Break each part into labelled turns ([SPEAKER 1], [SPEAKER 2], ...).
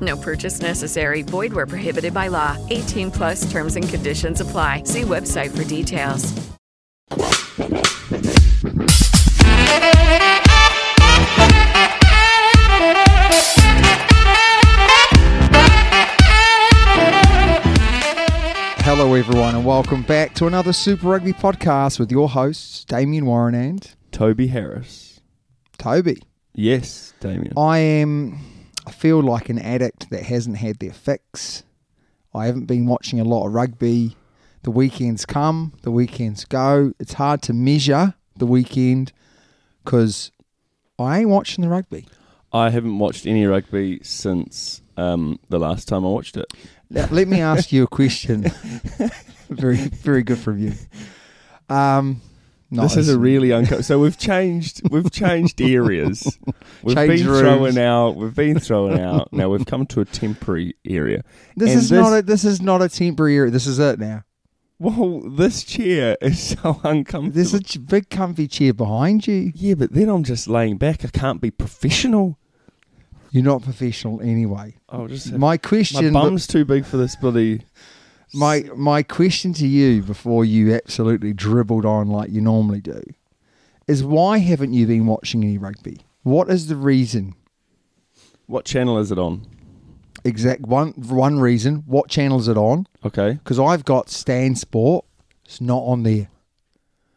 [SPEAKER 1] No purchase necessary. Void where prohibited by law. 18 plus terms and conditions apply. See website for details.
[SPEAKER 2] Hello, everyone, and welcome back to another Super Rugby podcast with your hosts, Damien Warren and
[SPEAKER 3] Toby Harris.
[SPEAKER 2] Toby.
[SPEAKER 3] Yes, Damien.
[SPEAKER 2] I am, I feel like an addict that hasn't had their fix. I haven't been watching a lot of rugby. The weekends come, the weekends go. It's hard to measure the weekend because I ain't watching the rugby.
[SPEAKER 3] I haven't watched any rugby since um, the last time I watched it.
[SPEAKER 2] Now, let me ask you a question. very, very good from you. Um, no,
[SPEAKER 3] This is a really uncomfortable. so we've changed. We've changed areas. We've
[SPEAKER 2] Changed
[SPEAKER 3] been
[SPEAKER 2] rooms.
[SPEAKER 3] thrown out. We've been thrown out. Now we've come to a temporary area.
[SPEAKER 2] this
[SPEAKER 3] And
[SPEAKER 2] is not a this is not a temporary. This is it now.
[SPEAKER 3] well. This chair is so uncomfortable.
[SPEAKER 2] There's a ch- big comfy chair behind you.
[SPEAKER 3] yeah, but then I'm just laying back. I can't be professional.
[SPEAKER 2] You're not professional anyway.
[SPEAKER 3] I'll just have-
[SPEAKER 2] My
[SPEAKER 3] my
[SPEAKER 2] question,
[SPEAKER 3] bum's too big for this bloody.
[SPEAKER 2] my my question to you before you absolutely dribbled on like you normally do, is why haven't you been watching any rugby? What is the reason?
[SPEAKER 3] What channel is it on?
[SPEAKER 2] Exact one one reason. What channel is it on?
[SPEAKER 3] Okay,
[SPEAKER 2] Because I've got Stan Sport. It's not on there.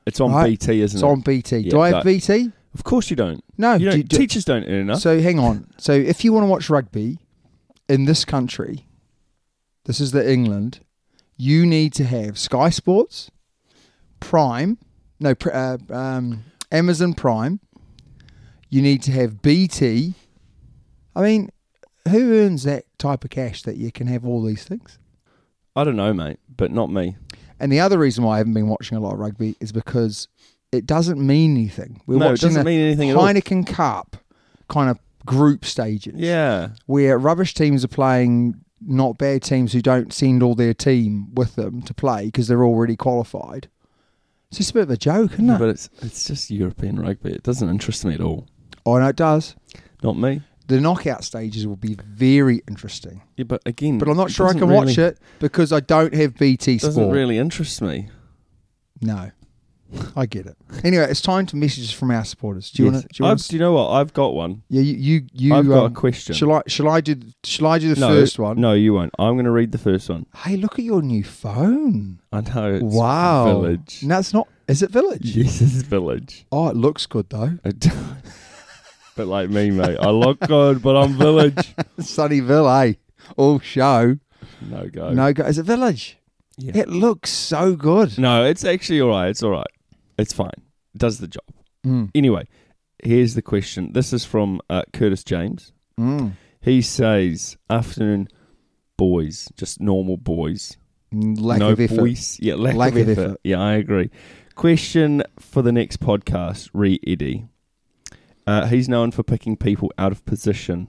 [SPEAKER 3] it's on
[SPEAKER 2] right?
[SPEAKER 3] BT, isn't
[SPEAKER 2] it's
[SPEAKER 3] it?
[SPEAKER 2] on BT.
[SPEAKER 3] Yeah,
[SPEAKER 2] do I
[SPEAKER 3] but-
[SPEAKER 2] have BT?
[SPEAKER 3] Of course you don't.
[SPEAKER 2] No,
[SPEAKER 3] you
[SPEAKER 2] do
[SPEAKER 3] don't,
[SPEAKER 2] you- do-
[SPEAKER 3] teachers don't earn enough.
[SPEAKER 2] So hang on. So if you want to watch rugby in this country, this is the England, you need to have Sky Sports, Prime, no, pr- uh, um, Amazon Prime. You need to have BT. I mean, who earns that type of cash that you can have all these things?
[SPEAKER 3] I don't know, mate, but not me.
[SPEAKER 2] And the other reason why I haven't been watching a lot of rugby is because it doesn't mean anything. We're
[SPEAKER 3] No, it
[SPEAKER 2] watching
[SPEAKER 3] doesn't
[SPEAKER 2] the
[SPEAKER 3] mean anything at all.
[SPEAKER 2] Heineken Cup kind of group stages.
[SPEAKER 3] Yeah.
[SPEAKER 2] where rubbish teams are playing not bad teams who don't send all their team with them to play because they're already qualified. It's just a bit of a joke, isn't it?
[SPEAKER 3] But it's it's just European rugby. It doesn't interest me at all.
[SPEAKER 2] oh no, it does.
[SPEAKER 3] Not me.
[SPEAKER 2] The knockout stages will be very interesting,
[SPEAKER 3] Yeah, but again,
[SPEAKER 2] but I'm not
[SPEAKER 3] it
[SPEAKER 2] sure I
[SPEAKER 3] Mm. doesn't
[SPEAKER 2] can watch
[SPEAKER 3] really-
[SPEAKER 2] it because I don't have BT
[SPEAKER 3] Doesn't
[SPEAKER 2] Sport.
[SPEAKER 3] really interest me.
[SPEAKER 2] No, I get it. Anyway, it's time for messages from our supporters. Do you
[SPEAKER 3] Yes.
[SPEAKER 2] want to? Do you want
[SPEAKER 3] I've- do you know what? I've got one.
[SPEAKER 2] Yeah, you. you, you
[SPEAKER 3] I've got a
[SPEAKER 2] um,
[SPEAKER 3] question.
[SPEAKER 2] Shall I? Shall I do? Shall I do the
[SPEAKER 3] no,
[SPEAKER 2] first one?
[SPEAKER 3] No, you won't. I'm going to read the first one.
[SPEAKER 2] Hey, look at your new phone.
[SPEAKER 3] I know. It's
[SPEAKER 2] wow.
[SPEAKER 3] Village.
[SPEAKER 2] No, it's not. Is it Village?
[SPEAKER 3] Yes, it's village.
[SPEAKER 2] Oh, it looks good though.
[SPEAKER 3] I do- but like me, mate. I look good, but I'm village.
[SPEAKER 2] Sunny eh? All show.
[SPEAKER 3] No go.
[SPEAKER 2] No go. Is it Village?
[SPEAKER 3] Yeah.
[SPEAKER 2] It looks so good.
[SPEAKER 3] No, it's actually all right. It's all right. It's fine. It does the job.
[SPEAKER 2] Mm.
[SPEAKER 3] Anyway, here's the question. This is from uh, Curtis James.
[SPEAKER 2] Mm,
[SPEAKER 3] He says, "Afternoon, boys, just normal boys.
[SPEAKER 2] Mm, Lack
[SPEAKER 3] no
[SPEAKER 2] of effort.
[SPEAKER 3] boys. Yeah, lack, of, effort. Yeah, I agree. Question for the next podcast, re Eddie. Uh, he's known for picking people out of position.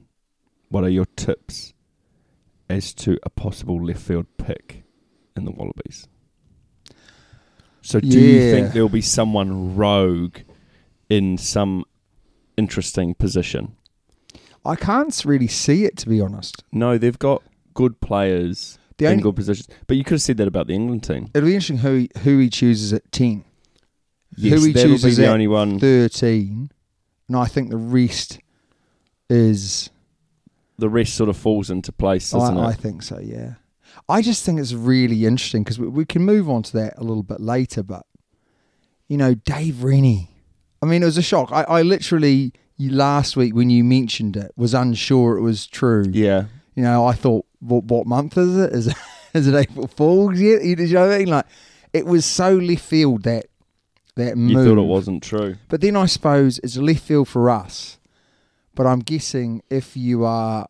[SPEAKER 3] What are your tips as to a possible left field pick in the Wallabies? So do you
[SPEAKER 2] Yeah.
[SPEAKER 3] think there'll be someone rogue in some interesting position?
[SPEAKER 2] I can't really see it to be honest.
[SPEAKER 3] No, they've got good players
[SPEAKER 2] The
[SPEAKER 3] in
[SPEAKER 2] only-
[SPEAKER 3] good positions. But you could have said that about the England team.
[SPEAKER 2] It'll be interesting who he, who he chooses at ten.
[SPEAKER 3] Yes,
[SPEAKER 2] who he
[SPEAKER 3] that'll be
[SPEAKER 2] chooses
[SPEAKER 3] the
[SPEAKER 2] at
[SPEAKER 3] only one.
[SPEAKER 2] thirteen, and I think the rest is.
[SPEAKER 3] the rest sort of falls into place, doesn't
[SPEAKER 2] I, I
[SPEAKER 3] it?
[SPEAKER 2] think so. Yeah, I just think it's really interesting because we, we can move on to that a little bit later. But you know, Dave Rennie. I mean, it was a shock. I, I literally you, last week when you mentioned it was unsure it was true.
[SPEAKER 3] yeah.
[SPEAKER 2] You know, I thought, what, what month is it? Is it, is it April Fool's yet? You you know what I mean? Like, it was so left field that that
[SPEAKER 3] You
[SPEAKER 2] move.
[SPEAKER 3] thought it wasn't true.
[SPEAKER 2] But then I suppose it's left field for us. But I'm guessing if you are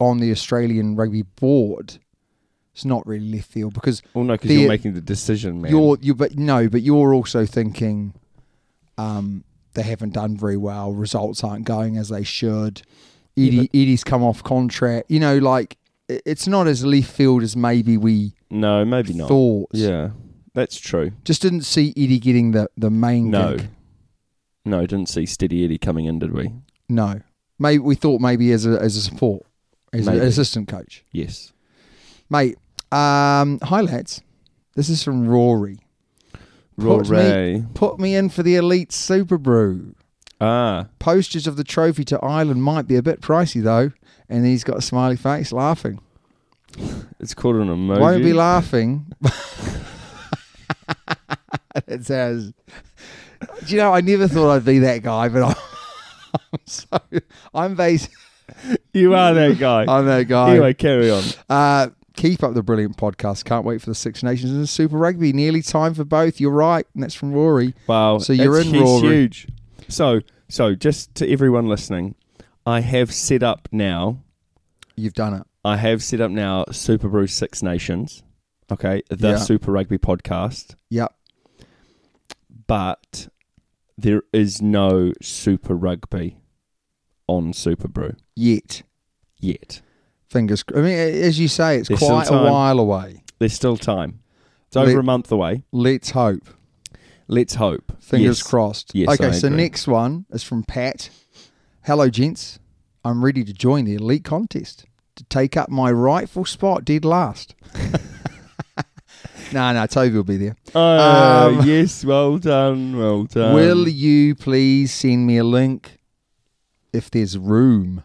[SPEAKER 2] on the Australian Rugby Board, it's not really left field because
[SPEAKER 3] Well, no, because
[SPEAKER 2] The-
[SPEAKER 3] you're making the decision, man.
[SPEAKER 2] you're you but no, but you're also thinking um, they haven't done very well. Results aren't going as they should. Eddie Eddie's come off contract. You know, like i- it's not as left field as maybe we
[SPEAKER 3] no, maybe not.
[SPEAKER 2] thought.
[SPEAKER 3] Yeah, that's true.
[SPEAKER 2] just didn't see Eddie getting the the main
[SPEAKER 3] No.
[SPEAKER 2] gig.
[SPEAKER 3] No, didn't see Steady Eddie coming in, did we?
[SPEAKER 2] No, maybe we thought maybe as a as a support, as an
[SPEAKER 3] Maybe.
[SPEAKER 2] assistant coach,
[SPEAKER 3] Yes.
[SPEAKER 2] mate. Um, hi lads, this is from Rory. Put
[SPEAKER 3] Rory.
[SPEAKER 2] me, put me in for the elite super brew.
[SPEAKER 3] Ah,
[SPEAKER 2] Posters of the trophy to Ireland might be a bit pricey though, and he's got a smiley face laughing.
[SPEAKER 3] it's called an emoji.
[SPEAKER 2] Won't be laughing. it says, do you know? I never thought I'd be that guy, but I'm, I'm so I'm based.
[SPEAKER 3] You are that guy.
[SPEAKER 2] I'm that guy.
[SPEAKER 3] Anyway, carry on.
[SPEAKER 2] Uh, keep up the brilliant podcast. Can't wait for the Six Nations and the Super Rugby. Nearly time for both. You're right. And that's from Rory.
[SPEAKER 3] Wow.
[SPEAKER 2] So you're
[SPEAKER 3] that's-
[SPEAKER 2] in
[SPEAKER 3] he's
[SPEAKER 2] Rory.
[SPEAKER 3] huge. So, so just to everyone listening, I have set up now.
[SPEAKER 2] You've done it.
[SPEAKER 3] I have set up now Super Brew Six Nations. Okay, the
[SPEAKER 2] Yeah.
[SPEAKER 3] Super Rugby podcast,
[SPEAKER 2] Yep.
[SPEAKER 3] but there is no Super Rugby on Super Brew
[SPEAKER 2] Yet.
[SPEAKER 3] yet.
[SPEAKER 2] Fingers. cr- I mean, a- as you say, it's
[SPEAKER 3] There's still
[SPEAKER 2] quite a
[SPEAKER 3] time.
[SPEAKER 2] while away.
[SPEAKER 3] There's still time. It's over
[SPEAKER 2] Let-
[SPEAKER 3] a month away.
[SPEAKER 2] Let's hope.
[SPEAKER 3] Let's hope.
[SPEAKER 2] Fingers
[SPEAKER 3] Yes.
[SPEAKER 2] crossed.
[SPEAKER 3] Yes,
[SPEAKER 2] okay,
[SPEAKER 3] I
[SPEAKER 2] so
[SPEAKER 3] agree.
[SPEAKER 2] next one is from Pat. Hello, gents. I'm ready to join the elite contest to take up my rightful spot dead last. no, no, Toby will be there.
[SPEAKER 3] Oh, yes. Well done. Well done.
[SPEAKER 2] Um, Will you please send me a link if there's room?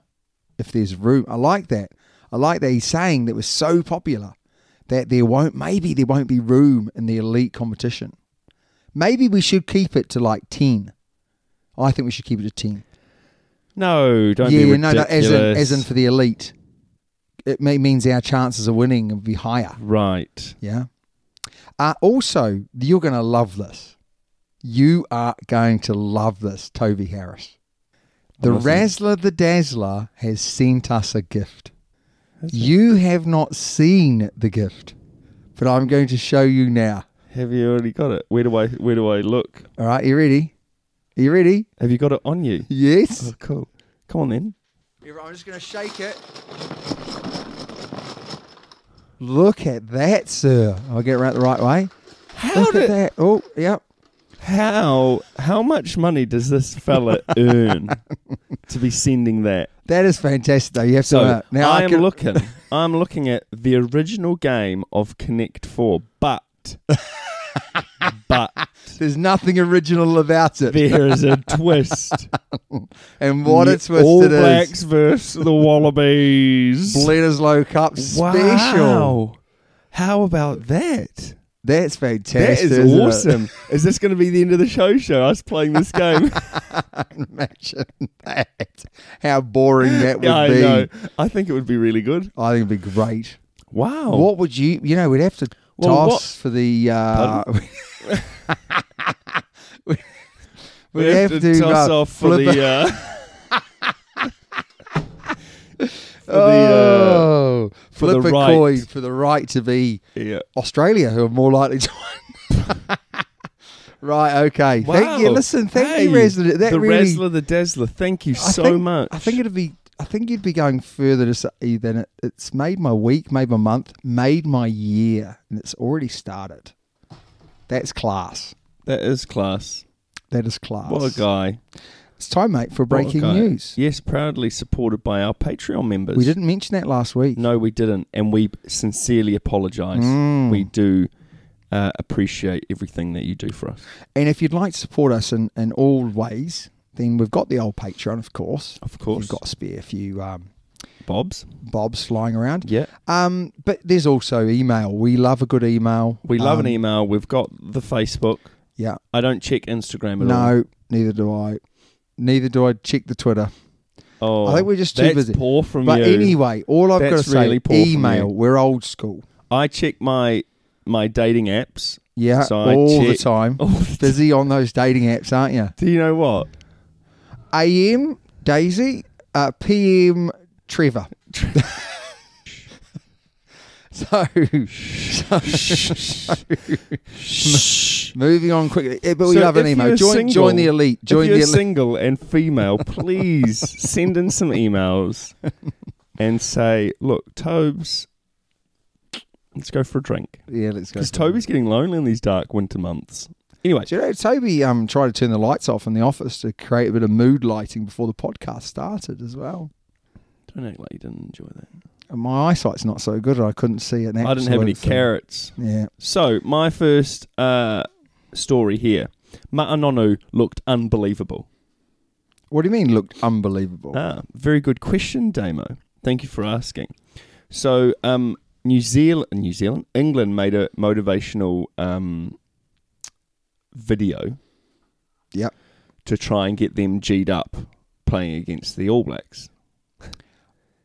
[SPEAKER 2] If there's room. I like that. I like that he's saying that was so popular that there won't, maybe there won't be room in the elite competition. Maybe we should keep it to like 10. I think we should keep it to 10.
[SPEAKER 3] No, don't
[SPEAKER 2] yeah,
[SPEAKER 3] be
[SPEAKER 2] no, no, as in, as in
[SPEAKER 3] ridiculous.
[SPEAKER 2] for the elite. It may, means our chances of winning will be higher.
[SPEAKER 3] Right.
[SPEAKER 2] Yeah. Uh, also, you're going to love this. You are going to love this, Toby Harris. The Razzler the Dazzler has sent us a gift. You have not seen the gift, but I'm going to show you now.
[SPEAKER 3] Have you already got it? Where do I where do I look?
[SPEAKER 2] All right, you ready? Are you ready?
[SPEAKER 3] Have you got it on you?
[SPEAKER 2] Yes.
[SPEAKER 3] Oh, cool. Come on then.
[SPEAKER 2] I'm just going to shake it. Look at that, sir. I'll get it right the right way.
[SPEAKER 3] How
[SPEAKER 2] Look at
[SPEAKER 3] did
[SPEAKER 2] that. Oh, yep.
[SPEAKER 3] how how much money does this fella earn to be sending that?
[SPEAKER 2] That is fantastic, though. You have
[SPEAKER 3] So
[SPEAKER 2] to know. Now
[SPEAKER 3] I am
[SPEAKER 2] can-
[SPEAKER 3] looking. I'm looking at the original game of Connect Four, but but
[SPEAKER 2] There's nothing original about it.
[SPEAKER 3] there is a twist.
[SPEAKER 2] and what a
[SPEAKER 3] The
[SPEAKER 2] twist
[SPEAKER 3] All
[SPEAKER 2] it is.
[SPEAKER 3] Blacks versus the Wallabies.
[SPEAKER 2] Bledisloe Cup special.
[SPEAKER 3] Wow. How about that?
[SPEAKER 2] That's fantastic.
[SPEAKER 3] That is
[SPEAKER 2] isn't it?
[SPEAKER 3] awesome. Is this going to be the end of the show? Show us playing this game.
[SPEAKER 2] Imagine that. How boring that would
[SPEAKER 3] yeah, I
[SPEAKER 2] be.
[SPEAKER 3] know. I think it would be really good.
[SPEAKER 2] I think it'd be great.
[SPEAKER 3] Wow.
[SPEAKER 2] What would you, you know, we'd have to
[SPEAKER 3] Oh. Well,
[SPEAKER 2] toss
[SPEAKER 3] what-
[SPEAKER 2] for the. Uh, we-
[SPEAKER 3] We
[SPEAKER 2] We'd
[SPEAKER 3] have, to, toss
[SPEAKER 2] uh,
[SPEAKER 3] off for
[SPEAKER 2] flip it-
[SPEAKER 3] the. Uh, for the. Uh,
[SPEAKER 2] oh,
[SPEAKER 3] for the
[SPEAKER 2] flip a
[SPEAKER 3] right.
[SPEAKER 2] coin for the right to be
[SPEAKER 3] yeah.
[SPEAKER 2] Australia who are more likely to win. right, okay. Thank you.
[SPEAKER 3] Wow.
[SPEAKER 2] Listen, thank
[SPEAKER 3] Hey,
[SPEAKER 2] you, Razzler. That
[SPEAKER 3] the
[SPEAKER 2] really,
[SPEAKER 3] Razzler, the Dazzler. Thank you
[SPEAKER 2] I
[SPEAKER 3] so
[SPEAKER 2] think-
[SPEAKER 3] much.
[SPEAKER 2] I think it'd be. I think you'd be going further to say than it, it's made my week, made my month, made my year, and it's already started. That's class.
[SPEAKER 3] That is class.
[SPEAKER 2] That is class.
[SPEAKER 3] What a guy.
[SPEAKER 2] It's time, mate, for
[SPEAKER 3] What a
[SPEAKER 2] breaking
[SPEAKER 3] guy.
[SPEAKER 2] news.
[SPEAKER 3] Yes, proudly supported by our Patreon members.
[SPEAKER 2] We didn't mention that last week.
[SPEAKER 3] No, we didn't. And we sincerely apologise.
[SPEAKER 2] Mm.
[SPEAKER 3] We do uh, appreciate everything that you do for us.
[SPEAKER 2] And if you'd like to support us in, in all ways, then we've got the old Patreon, of course.
[SPEAKER 3] Of course.
[SPEAKER 2] We've got a spare few um,
[SPEAKER 3] Bob's.
[SPEAKER 2] bobs flying around.
[SPEAKER 3] Yeah.
[SPEAKER 2] Um, but there's also email. We love a good email.
[SPEAKER 3] We love
[SPEAKER 2] Um,
[SPEAKER 3] an email. We've got the Facebook.
[SPEAKER 2] Yeah.
[SPEAKER 3] I don't check Instagram at all.
[SPEAKER 2] No, neither do I. Neither do I check the Twitter.
[SPEAKER 3] Oh,
[SPEAKER 2] I think we're just too
[SPEAKER 3] that's
[SPEAKER 2] busy.
[SPEAKER 3] poor from
[SPEAKER 2] but
[SPEAKER 3] you.
[SPEAKER 2] anyway, all I've got
[SPEAKER 3] That's
[SPEAKER 2] to
[SPEAKER 3] really
[SPEAKER 2] say,
[SPEAKER 3] poor from
[SPEAKER 2] email.
[SPEAKER 3] you.
[SPEAKER 2] We're old school.
[SPEAKER 3] I check my my dating apps.
[SPEAKER 2] Yeah,
[SPEAKER 3] So I
[SPEAKER 2] all the
[SPEAKER 3] check- Oh.
[SPEAKER 2] time.
[SPEAKER 3] All the
[SPEAKER 2] Busy on those dating apps, aren't you?
[SPEAKER 3] Do you know what?
[SPEAKER 2] AM Daisy, uh, PM Trevor. so, so- moving on quickly. Eh, But we
[SPEAKER 3] So
[SPEAKER 2] love an
[SPEAKER 3] if
[SPEAKER 2] email.
[SPEAKER 3] you're
[SPEAKER 2] Join,
[SPEAKER 3] single-
[SPEAKER 2] join the elite. Join
[SPEAKER 3] if
[SPEAKER 2] the
[SPEAKER 3] you're
[SPEAKER 2] elite.
[SPEAKER 3] single and female, please send in some emails and say, "Look, Tobes, let's go for a drink."
[SPEAKER 2] yeah, let's go.
[SPEAKER 3] Because Toby's getting lonely in these dark winter months. Anyway,
[SPEAKER 2] Do you know Toby um, tried to turn the lights off in the office to create a bit of mood lighting before the podcast started as well?
[SPEAKER 3] don't act like you didn't enjoy that.
[SPEAKER 2] And my eyesight's not so good. I couldn't see it.
[SPEAKER 3] I didn't have any
[SPEAKER 2] carrot.
[SPEAKER 3] carrots.
[SPEAKER 2] Yeah.
[SPEAKER 3] So my first uh, story here, Ma'anonu looked unbelievable.
[SPEAKER 2] What do you mean? Looked unbelievable.
[SPEAKER 3] Ah, very good question, Damo. Thank you for asking. So, um, New Zealand, New Zealand, England made a motivational um, video
[SPEAKER 2] yep.
[SPEAKER 3] to try and get them G'd up playing against the All Blacks.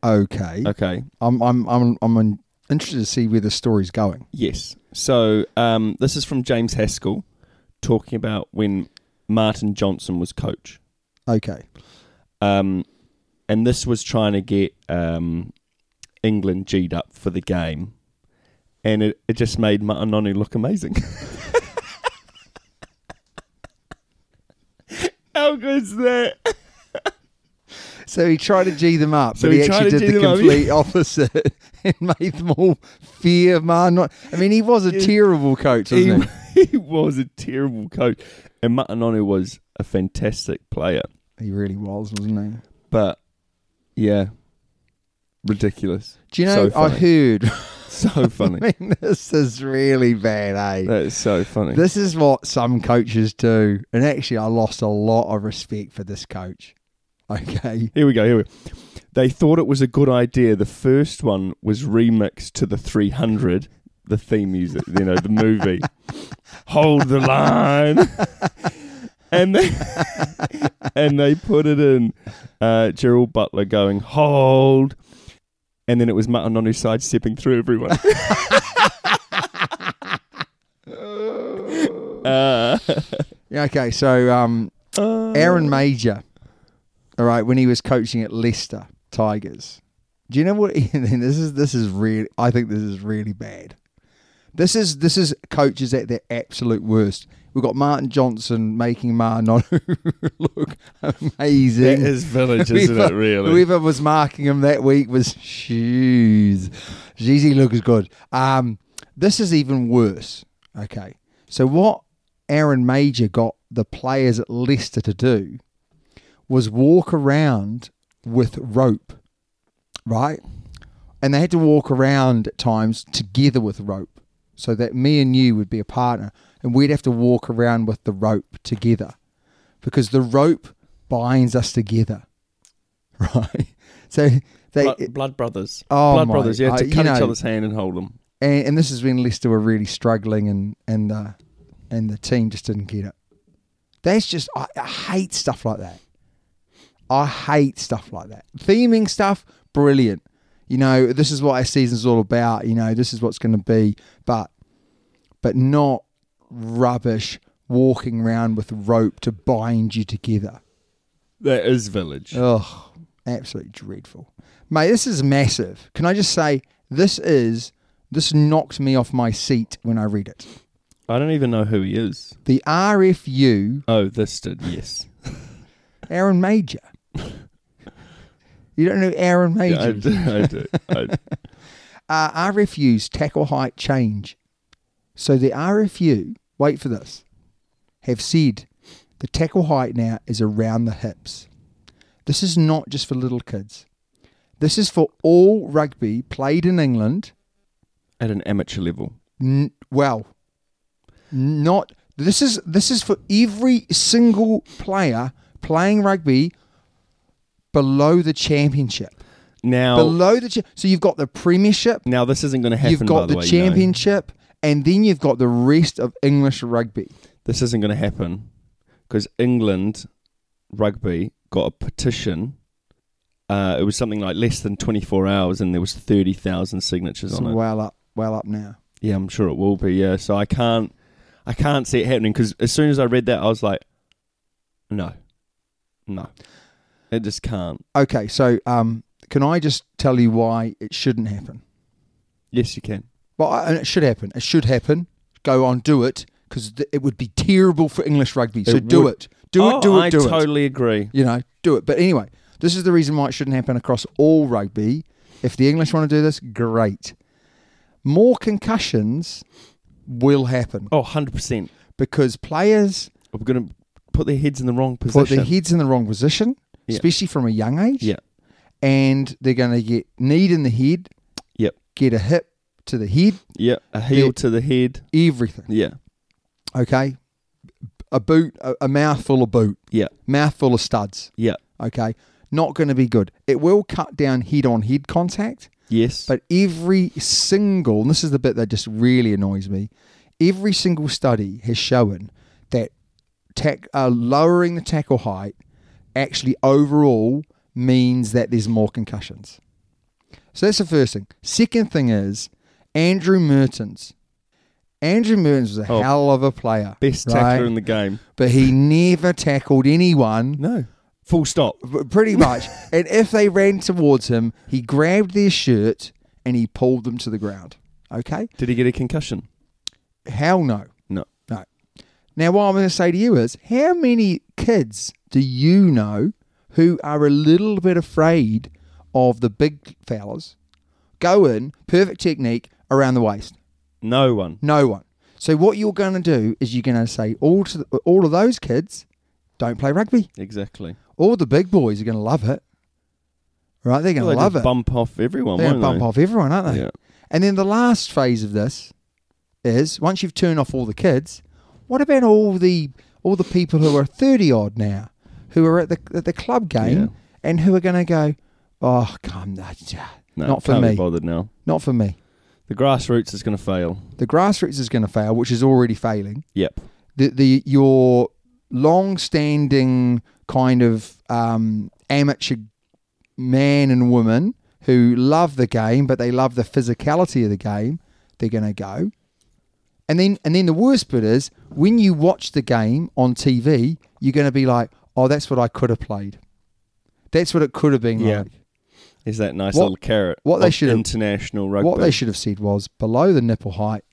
[SPEAKER 2] Okay.
[SPEAKER 3] Okay,
[SPEAKER 2] I'm I'm I'm I'm in- interested to see where the story's going.
[SPEAKER 3] yes. So um, this is from James Haskell talking about when Martin Johnson was coach.
[SPEAKER 2] Okay.
[SPEAKER 3] Um, and this was trying to get um, England G'd up for the game. And it, it just made Ma'anonu look amazing. How good's that?
[SPEAKER 2] So he tried to G them up,
[SPEAKER 3] So
[SPEAKER 2] but
[SPEAKER 3] he
[SPEAKER 2] he,
[SPEAKER 3] tried to
[SPEAKER 2] actually did
[SPEAKER 3] G
[SPEAKER 2] the
[SPEAKER 3] them up,
[SPEAKER 2] complete opposite and made them all fear man. Not, I mean, he was a terrible coach, wasn't he?
[SPEAKER 3] He, he was a terrible coach. And Ma'anonu was a fantastic player.
[SPEAKER 2] He really was, wasn't he?
[SPEAKER 3] But, yeah, ridiculous.
[SPEAKER 2] Do you know?
[SPEAKER 3] So
[SPEAKER 2] I
[SPEAKER 3] funny.
[SPEAKER 2] heard.
[SPEAKER 3] So funny.
[SPEAKER 2] I mean, this is really bad, eh?
[SPEAKER 3] that is so funny.
[SPEAKER 2] This is what some coaches do. And actually, I lost a lot of respect for this coach. Okay.
[SPEAKER 3] Here we go. Here we go. They thought it was a good idea. The first one was remixed to the 300, the theme music, you know, the movie. Hold the line. and they and they put it in uh, Gerald Butler going hold, and then it was Matt Ononu sidestepping through everyone. uh,
[SPEAKER 2] Yeah, okay. So, um, Aaron Major, all right, when he was coaching at Leicester Tigers, do you know what? this is this is really. I think this is really bad. This is this is coaches at their absolute worst. We've got Martin Johnson making Martinonu look amazing.
[SPEAKER 3] that is village, isn't it?
[SPEAKER 2] Whoever-
[SPEAKER 3] Really,
[SPEAKER 2] Whoever uh, was marking him that week was shoes. Jeez, he looks good. Um, this is even worse. Okay. So what Aaron Major got the players at Leicester to do was walk around with rope, right? And they had to walk around at times together with rope so that me and you would be a partner and we'd have to walk around with the rope together because the rope binds us together, right? So they,
[SPEAKER 3] Blood, blood brothers.
[SPEAKER 2] Oh,
[SPEAKER 3] blood
[SPEAKER 2] my-
[SPEAKER 3] brothers. You had to
[SPEAKER 2] I- you
[SPEAKER 3] cut each
[SPEAKER 2] know-
[SPEAKER 3] other's hand and hold them.
[SPEAKER 2] and, and this is when Leicester were really struggling, and and the and the team just didn't get it. That's just I, I hate stuff like that. I hate stuff like that. Theming stuff, brilliant. You know, this is what our season's all about. You know, this is what's going to be, but but not rubbish walking around with rope to bind you together.
[SPEAKER 3] That is village.
[SPEAKER 2] Oh, absolutely dreadful. Mate, this is massive. Can I just say this is this knocked me off my seat when I read it.
[SPEAKER 3] I don't even know who he is.
[SPEAKER 2] The RFU
[SPEAKER 3] Oh, this did. Yes.
[SPEAKER 2] Aaron Major. you don't know Aaron Major.
[SPEAKER 3] I do. I do. I do.
[SPEAKER 2] uh, RFU's tackle height change. So the RFU Wait for this. Have said the tackle height now is around the hips. This is not just for little kids. This is for all rugby played in England.
[SPEAKER 3] at an amateur level.
[SPEAKER 2] N- well, not this is this is for every single player playing rugby below the championship.
[SPEAKER 3] Now,
[SPEAKER 2] Below the cha- so you've got the premiership,
[SPEAKER 3] now this isn't going to happen.
[SPEAKER 2] you've
[SPEAKER 3] by
[SPEAKER 2] got the,
[SPEAKER 3] way, you know.
[SPEAKER 2] championship, and then you've got the rest of English rugby.
[SPEAKER 3] This isn't going to happen because England rugby got a petition. Uh, it was something like less than 24 hours, and there was 30,000 signatures
[SPEAKER 2] It's
[SPEAKER 3] on it.
[SPEAKER 2] well up, well up now.
[SPEAKER 3] Yeah, I'm sure it will be. Yeah, so I can't, I can't see it happening because as soon as I read that, I was like, no, no, it just can't.
[SPEAKER 2] Okay, so um, can I just tell you why it shouldn't happen?
[SPEAKER 3] Yes, you can.
[SPEAKER 2] Well, I, and it should happen. It should happen. Go on, do it, because th- it would be terrible for English rugby. So
[SPEAKER 3] It
[SPEAKER 2] do
[SPEAKER 3] would-
[SPEAKER 2] it, do
[SPEAKER 3] Oh,
[SPEAKER 2] it, do it,
[SPEAKER 3] I
[SPEAKER 2] do it.
[SPEAKER 3] totally agree.
[SPEAKER 2] you know, do it. But anyway, this is the reason why it shouldn't happen across all rugby. If the English want to do this, great. More concussions will happen
[SPEAKER 3] Oh, 100 percent.
[SPEAKER 2] because players
[SPEAKER 3] We're going to put their heads in the wrong position.
[SPEAKER 2] put their heads in the wrong position,
[SPEAKER 3] Yeah.
[SPEAKER 2] especially from a young age,
[SPEAKER 3] Yeah.
[SPEAKER 2] and they're going to get kneed in the head,
[SPEAKER 3] Yep.
[SPEAKER 2] get a hip to the head,
[SPEAKER 3] Yeah, a heel
[SPEAKER 2] Yeah.
[SPEAKER 3] to the head.
[SPEAKER 2] everything.
[SPEAKER 3] Yeah,
[SPEAKER 2] Okay, a boot, a, a mouthful of boot,
[SPEAKER 3] yeah,
[SPEAKER 2] mouthful of studs.
[SPEAKER 3] yeah.
[SPEAKER 2] Okay, not going to be good. It will cut down head-on-head contact.
[SPEAKER 3] Yes,
[SPEAKER 2] But every single, and this is the bit that just really annoys me, every single study has shown that tack, uh, lowering the tackle height actually overall means that there's more concussions. So that's the first thing. Second thing is Andrew Mertens. Andrew Mertens was a
[SPEAKER 3] Oh.
[SPEAKER 2] hell of a player.
[SPEAKER 3] best tackler in the game.
[SPEAKER 2] But he never tackled anyone
[SPEAKER 3] No, full stop.
[SPEAKER 2] but pretty much. and if they ran towards him, he grabbed their shirt and he pulled them to the ground. Okay?
[SPEAKER 3] Did he get a concussion?
[SPEAKER 2] Hell no.
[SPEAKER 3] No.
[SPEAKER 2] No. Now, what I'm going to say to you is how many kids do you know who are a little bit afraid of the big fellas go in, perfect technique around the waist?
[SPEAKER 3] No one.
[SPEAKER 2] No one. So, what you're going to do is you're going to say all, to the, all of those kids don't play rugby.
[SPEAKER 3] Exactly.
[SPEAKER 2] All the big boys are going to love it. Right? They're going
[SPEAKER 3] Well,
[SPEAKER 2] to
[SPEAKER 3] they
[SPEAKER 2] love
[SPEAKER 3] just
[SPEAKER 2] it.
[SPEAKER 3] Bump off everyone.
[SPEAKER 2] They're
[SPEAKER 3] won't
[SPEAKER 2] going to bump
[SPEAKER 3] they?
[SPEAKER 2] off everyone, aren't they?
[SPEAKER 3] Yeah.
[SPEAKER 2] And then the last phase of this is once you've turned off all the kids, what about all the all the people who are thirty odd now, who are at the at the club game
[SPEAKER 3] Yeah.
[SPEAKER 2] and who are going to go, oh come, no, yeah,
[SPEAKER 3] No,
[SPEAKER 2] not for
[SPEAKER 3] can't
[SPEAKER 2] me,
[SPEAKER 3] Be bothered now.
[SPEAKER 2] not for me.
[SPEAKER 3] The grassroots is going to fail.
[SPEAKER 2] The grassroots is going to fail, which is already failing.
[SPEAKER 3] Yep.
[SPEAKER 2] The the your long standing kind of um, amateur man and woman who love the game, but they love the physicality of the game, they're going to go. And then, and then the worst bit is when you watch the game on TV, you're going to be like, "Oh, that's what I could have played. That's what it could have been
[SPEAKER 3] Yeah.
[SPEAKER 2] like."
[SPEAKER 3] Is that nice
[SPEAKER 2] What-
[SPEAKER 3] little carrot?
[SPEAKER 2] what they
[SPEAKER 3] of
[SPEAKER 2] should have-
[SPEAKER 3] international rugby.
[SPEAKER 2] What they should have said was below the nipple height,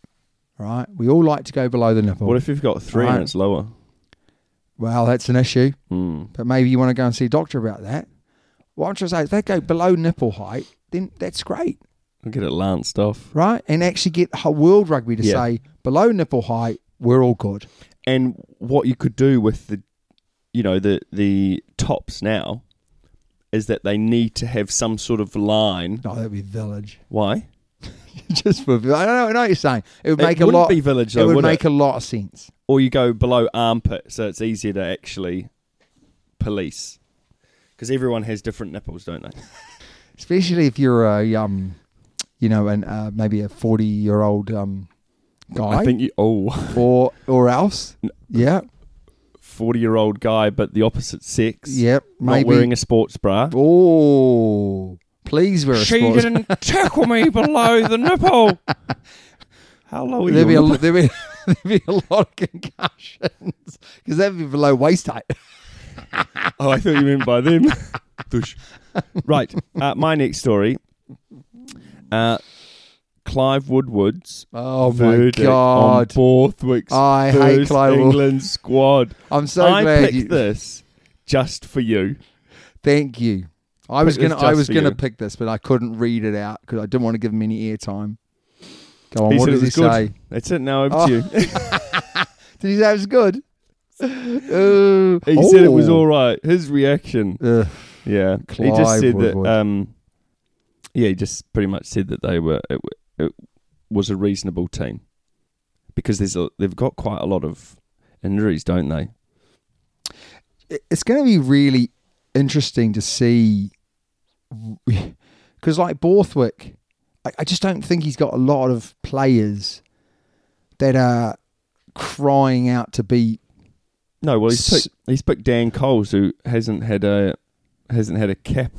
[SPEAKER 2] right? We all like to go below the nipple.
[SPEAKER 3] What if you've got three
[SPEAKER 2] Right.
[SPEAKER 3] and it's lower?
[SPEAKER 2] well, that's an issue.
[SPEAKER 3] Mm.
[SPEAKER 2] but maybe you want to go and see a doctor about that. What I'm trying to say, if they go below nipple height, then that's great,
[SPEAKER 3] I'll get it lanced off.
[SPEAKER 2] right? And actually get ho- world rugby to
[SPEAKER 3] Yeah.
[SPEAKER 2] say below nipple height, we're all good.
[SPEAKER 3] and what you could do with the you know the the tops now is that they need to have some sort of line
[SPEAKER 2] No, that'd be village.
[SPEAKER 3] why
[SPEAKER 2] Just for I don't know, I know what you're saying. It would
[SPEAKER 3] It
[SPEAKER 2] make a
[SPEAKER 3] wouldn't
[SPEAKER 2] lot.
[SPEAKER 3] be village though,
[SPEAKER 2] it would,
[SPEAKER 3] would
[SPEAKER 2] make
[SPEAKER 3] it?
[SPEAKER 2] a lot of sense.
[SPEAKER 3] or you go below armpit so it's easier to actually police because everyone has different nipples don't they
[SPEAKER 2] especially if you're a um, you know, and uh, maybe a forty year old um guy
[SPEAKER 3] i think you oh
[SPEAKER 2] or or else, yeah,
[SPEAKER 3] 40 year old guy but the opposite sex
[SPEAKER 2] Yep,
[SPEAKER 3] not
[SPEAKER 2] maybe.
[SPEAKER 3] wearing a sports bra
[SPEAKER 2] oh, please wear a sports bra.
[SPEAKER 3] tackle me below the nipple how low are
[SPEAKER 2] There'd be,
[SPEAKER 3] you
[SPEAKER 2] a, there'd, be, there'd be a lot of concussions because that'd be below waist height.
[SPEAKER 3] Oh, I thought you meant by them. Douche. Right. Uh, my next story. Uh, Clive Woodward's
[SPEAKER 2] Oh
[SPEAKER 3] verdict
[SPEAKER 2] my
[SPEAKER 3] on
[SPEAKER 2] god!
[SPEAKER 3] Borthwick's
[SPEAKER 2] I hate
[SPEAKER 3] first
[SPEAKER 2] Clive Wood-
[SPEAKER 3] England squad.
[SPEAKER 2] I'm so
[SPEAKER 3] I
[SPEAKER 2] glad
[SPEAKER 3] picked
[SPEAKER 2] you-
[SPEAKER 3] this just for you.
[SPEAKER 2] Thank you. I was
[SPEAKER 3] Pick this
[SPEAKER 2] gonna I
[SPEAKER 3] just
[SPEAKER 2] was
[SPEAKER 3] for
[SPEAKER 2] gonna
[SPEAKER 3] you.
[SPEAKER 2] pick this, but I couldn't read it out because I didn't want to give him any airtime. Go on,
[SPEAKER 3] He
[SPEAKER 2] Oh, what
[SPEAKER 3] said
[SPEAKER 2] does
[SPEAKER 3] it
[SPEAKER 2] he
[SPEAKER 3] was good.
[SPEAKER 2] say?
[SPEAKER 3] That's it. Now over
[SPEAKER 2] Oh.
[SPEAKER 3] to you.
[SPEAKER 2] Did he say it was good? Oh.
[SPEAKER 3] He said it was all right. His reaction,
[SPEAKER 2] Ugh.
[SPEAKER 3] yeah, he just
[SPEAKER 2] Clive
[SPEAKER 3] said that.
[SPEAKER 2] Woodward.
[SPEAKER 3] Um, yeah, he just pretty much said that they were it, w- it was a reasonable team because there's a, they've got quite a lot of injuries, don't they?
[SPEAKER 2] it- it's going to be really interesting to see because like Borthwick I, I just don't think he's got a lot of players that are crying out to be
[SPEAKER 3] No, well he's
[SPEAKER 2] S-
[SPEAKER 3] picked, he's picked Dan Coles who hasn't had a hasn't had a cap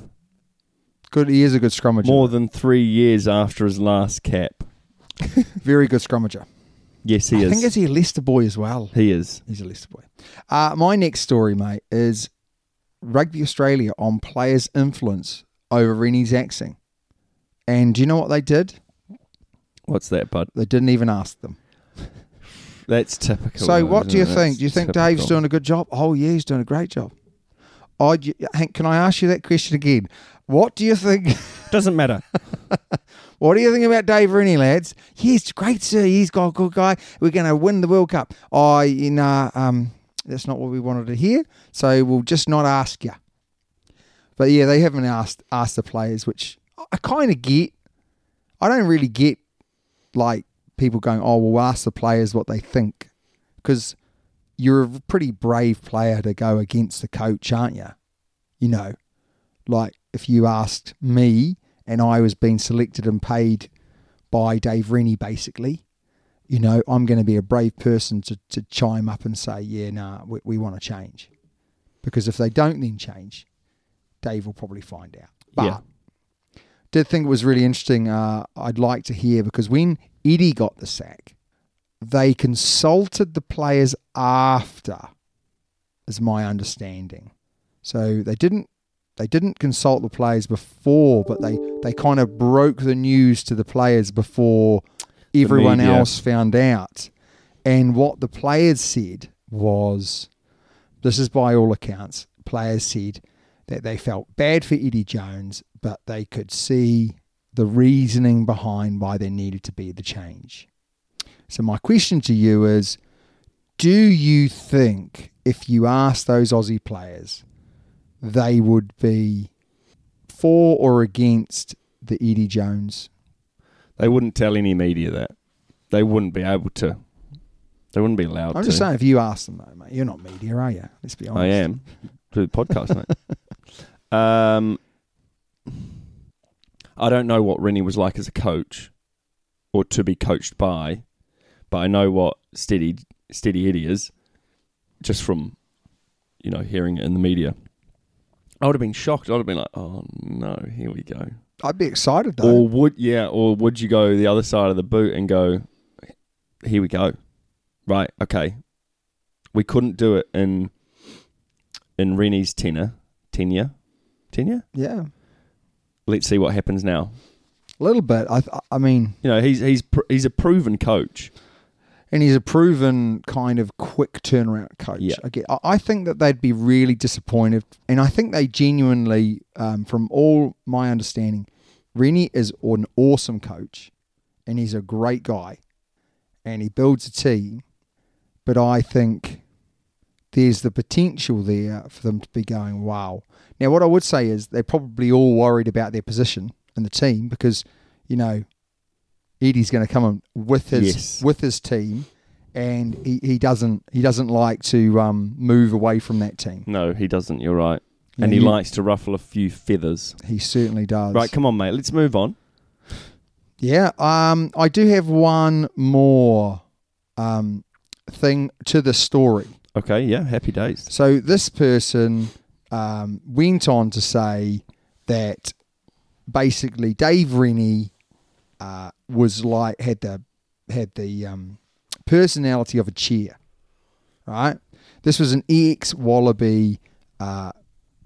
[SPEAKER 2] good he is a good scrummager
[SPEAKER 3] more than three years after his last cap.
[SPEAKER 2] very good scrummager
[SPEAKER 3] Yes, he
[SPEAKER 2] I
[SPEAKER 3] is.
[SPEAKER 2] think is he a Leicester boy as well
[SPEAKER 3] he is.
[SPEAKER 2] he's a Leicester boy uh, my next story mate is Rugby Australia on players influence over Rennie's axing and do you know what they did
[SPEAKER 3] What's that, bud?
[SPEAKER 2] they didn't even ask them
[SPEAKER 3] That's typical.
[SPEAKER 2] So
[SPEAKER 3] though,
[SPEAKER 2] what do you
[SPEAKER 3] isn't it?
[SPEAKER 2] think? Do you
[SPEAKER 3] That's
[SPEAKER 2] think Dave's
[SPEAKER 3] typical.
[SPEAKER 2] doing a good job? Oh yeah, he's doing a great job. I, d- Hank, can I ask you that question again? What do you think?
[SPEAKER 3] Doesn't matter.
[SPEAKER 2] What do you think about Dave Rooney, lads? Yes, great, sir. He's got a good guy. We're going to win the World Cup. I, you know, um, that's not what we wanted to hear. So we'll just not ask you. But yeah, they haven't asked asked the players, which I- I kind of get. I don't really get like people going, "Oh, well, we'll ask the players what they think," because you're a pretty brave player to go against the coach, aren't you? You know, like if you asked me and I was being selected and paid by Dave Rennie, basically, you know, I'm going to be a brave person to, to chime up and say, yeah, nah, we, we want to change. Because if they don't then change, Dave will probably find out. But
[SPEAKER 3] Yeah.
[SPEAKER 2] did think it was really interesting. Uh, I'd like to hear because when Eddie got the sack, they consulted the players after, is my understanding. So they didn't they didn't consult the players before, but they, they kind of broke the news to the players before everyone
[SPEAKER 3] media.
[SPEAKER 2] else found out. And what the players said was this is by all accounts, players said that they felt bad for Eddie Jones, but they could see the reasoning behind why there needed to be the change. So, my question to you is do you think if you asked those Aussie players, they would be for or against the Eddie Jones?
[SPEAKER 3] They wouldn't tell any media that. They wouldn't be able to. They wouldn't be allowed
[SPEAKER 2] I'm
[SPEAKER 3] to.
[SPEAKER 2] just saying, if you asked them though, mate, you're not media, are you? Let's be honest.
[SPEAKER 3] I am. To the podcast, mate. Um, I don't know what Rennie was like as a coach or to be coached by, but I know what steady steady Eddie is just from you know, hearing it in the media. I would have been shocked. I would have been like, "Oh no, here we go."
[SPEAKER 2] I'd be excited though.
[SPEAKER 3] Or would yeah, or would you go the other side of the boot and go, here we go, right? Okay, we couldn't do it in in Rennie's tenure, tenure, tenure.
[SPEAKER 2] yeah,
[SPEAKER 3] Let's see what happens now.
[SPEAKER 2] a little bit. I, I- I mean,
[SPEAKER 3] You know, he's he's pr- he's a proven coach.
[SPEAKER 2] and he's a proven kind of quick turnaround coach.
[SPEAKER 3] Yeah.
[SPEAKER 2] I, get, I- I think that they'd be really disappointed, and I think they genuinely, um, from all my understanding, Rennie is an awesome coach, and he's a great guy, and he builds a team. But I think there's the potential there for them to be going, wow. Now, what I would say is they're probably all worried about their position in the team because, you know, Eddie's going to come in with his
[SPEAKER 3] Yes.
[SPEAKER 2] with his team, and he, he doesn't he doesn't like to um, move away from that team.
[SPEAKER 3] No, he doesn't. You're right,
[SPEAKER 2] Yeah,
[SPEAKER 3] and he
[SPEAKER 2] you-
[SPEAKER 3] likes to ruffle a few feathers.
[SPEAKER 2] He certainly does.
[SPEAKER 3] Right, come on, mate. Let's move on.
[SPEAKER 2] Yeah, um, I do have one more um, thing to the story.
[SPEAKER 3] Okay, yeah, happy days.
[SPEAKER 2] So this person um, went on to say that basically Dave Rennie uh, was like had the had the um, personality of a cheer, right? This was an ex Wallaby uh,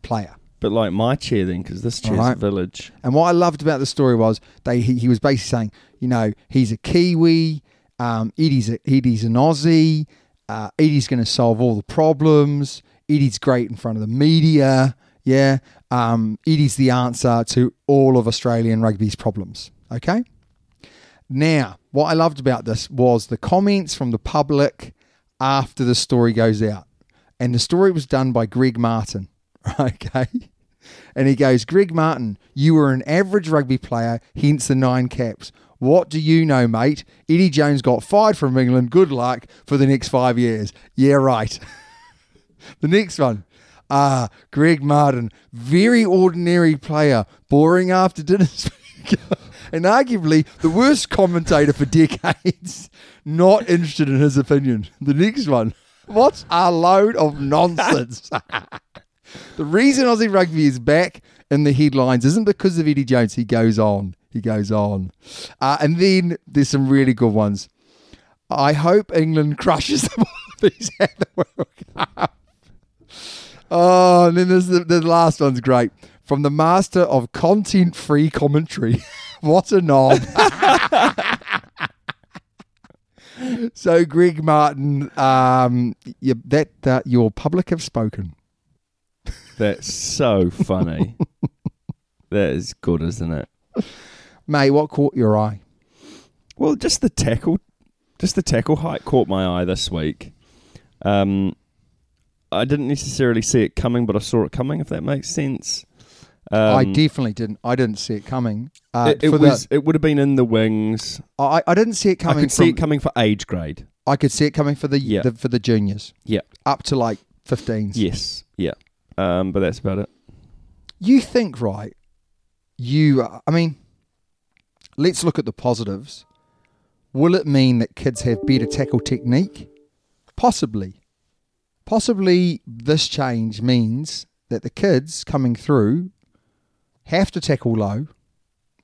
[SPEAKER 2] player.
[SPEAKER 3] But like my chair then, because this chair's
[SPEAKER 2] Alright.
[SPEAKER 3] village.
[SPEAKER 2] And what I loved about the story was they he, he was basically saying, you know, he's a Kiwi, um, Eddie's a, Eddie's an Aussie, uh, Eddie's going to solve all the problems. Eddie's great in front of the media. Yeah, um, Eddie's the answer to all of Australian rugby's problems. Okay. Now, what I loved about this was the comments from the public after the story goes out. And the story was done by Greg Martin. Okay. And he goes, Greg Martin, you were an average rugby player, hence the nine caps. What do you know, mate? Eddie Jones got fired from England. Good luck for the next five years. Yeah, right. the next one. Ah, Greg Martin, very ordinary player, boring after dinner speaker, and arguably the worst commentator for decades. Not interested in his opinion. The next one. What's a load of nonsense? The reason Aussie rugby is back in the headlines isn't because of Eddie Jones. He goes on. He goes on. Uh, and then there's some really good ones. I hope England crushes the Wallabies at the World Cup. Oh, and then there's the, the last one's great. From the master of content free commentary. what a knob. so, Greg Martin, um, you, that uh, your public have spoken.
[SPEAKER 3] That's so funny. that is good, isn't it?
[SPEAKER 2] Mate, what caught your eye?
[SPEAKER 3] Well, just the tackle, just the tackle height caught my eye this week. Um, I didn't necessarily see it coming, but I saw it coming. If that makes sense. Um,
[SPEAKER 2] I definitely didn't. I didn't see it coming. Uh,
[SPEAKER 3] It, it
[SPEAKER 2] for
[SPEAKER 3] was.
[SPEAKER 2] The,
[SPEAKER 3] it would have been in the wings.
[SPEAKER 2] I, I didn't see it coming.
[SPEAKER 3] I could see
[SPEAKER 2] from-
[SPEAKER 3] it coming for age grade.
[SPEAKER 2] I could see it coming for the,
[SPEAKER 3] Yeah.
[SPEAKER 2] the for the juniors
[SPEAKER 3] Yeah.
[SPEAKER 2] up to like 15s.
[SPEAKER 3] Yes. Yeah. Um, but that's about it.
[SPEAKER 2] You think right? You. are- I mean, let's look at the positives. Will it mean that kids have better tackle technique? Possibly. Possibly this change means that the kids coming through have to tackle low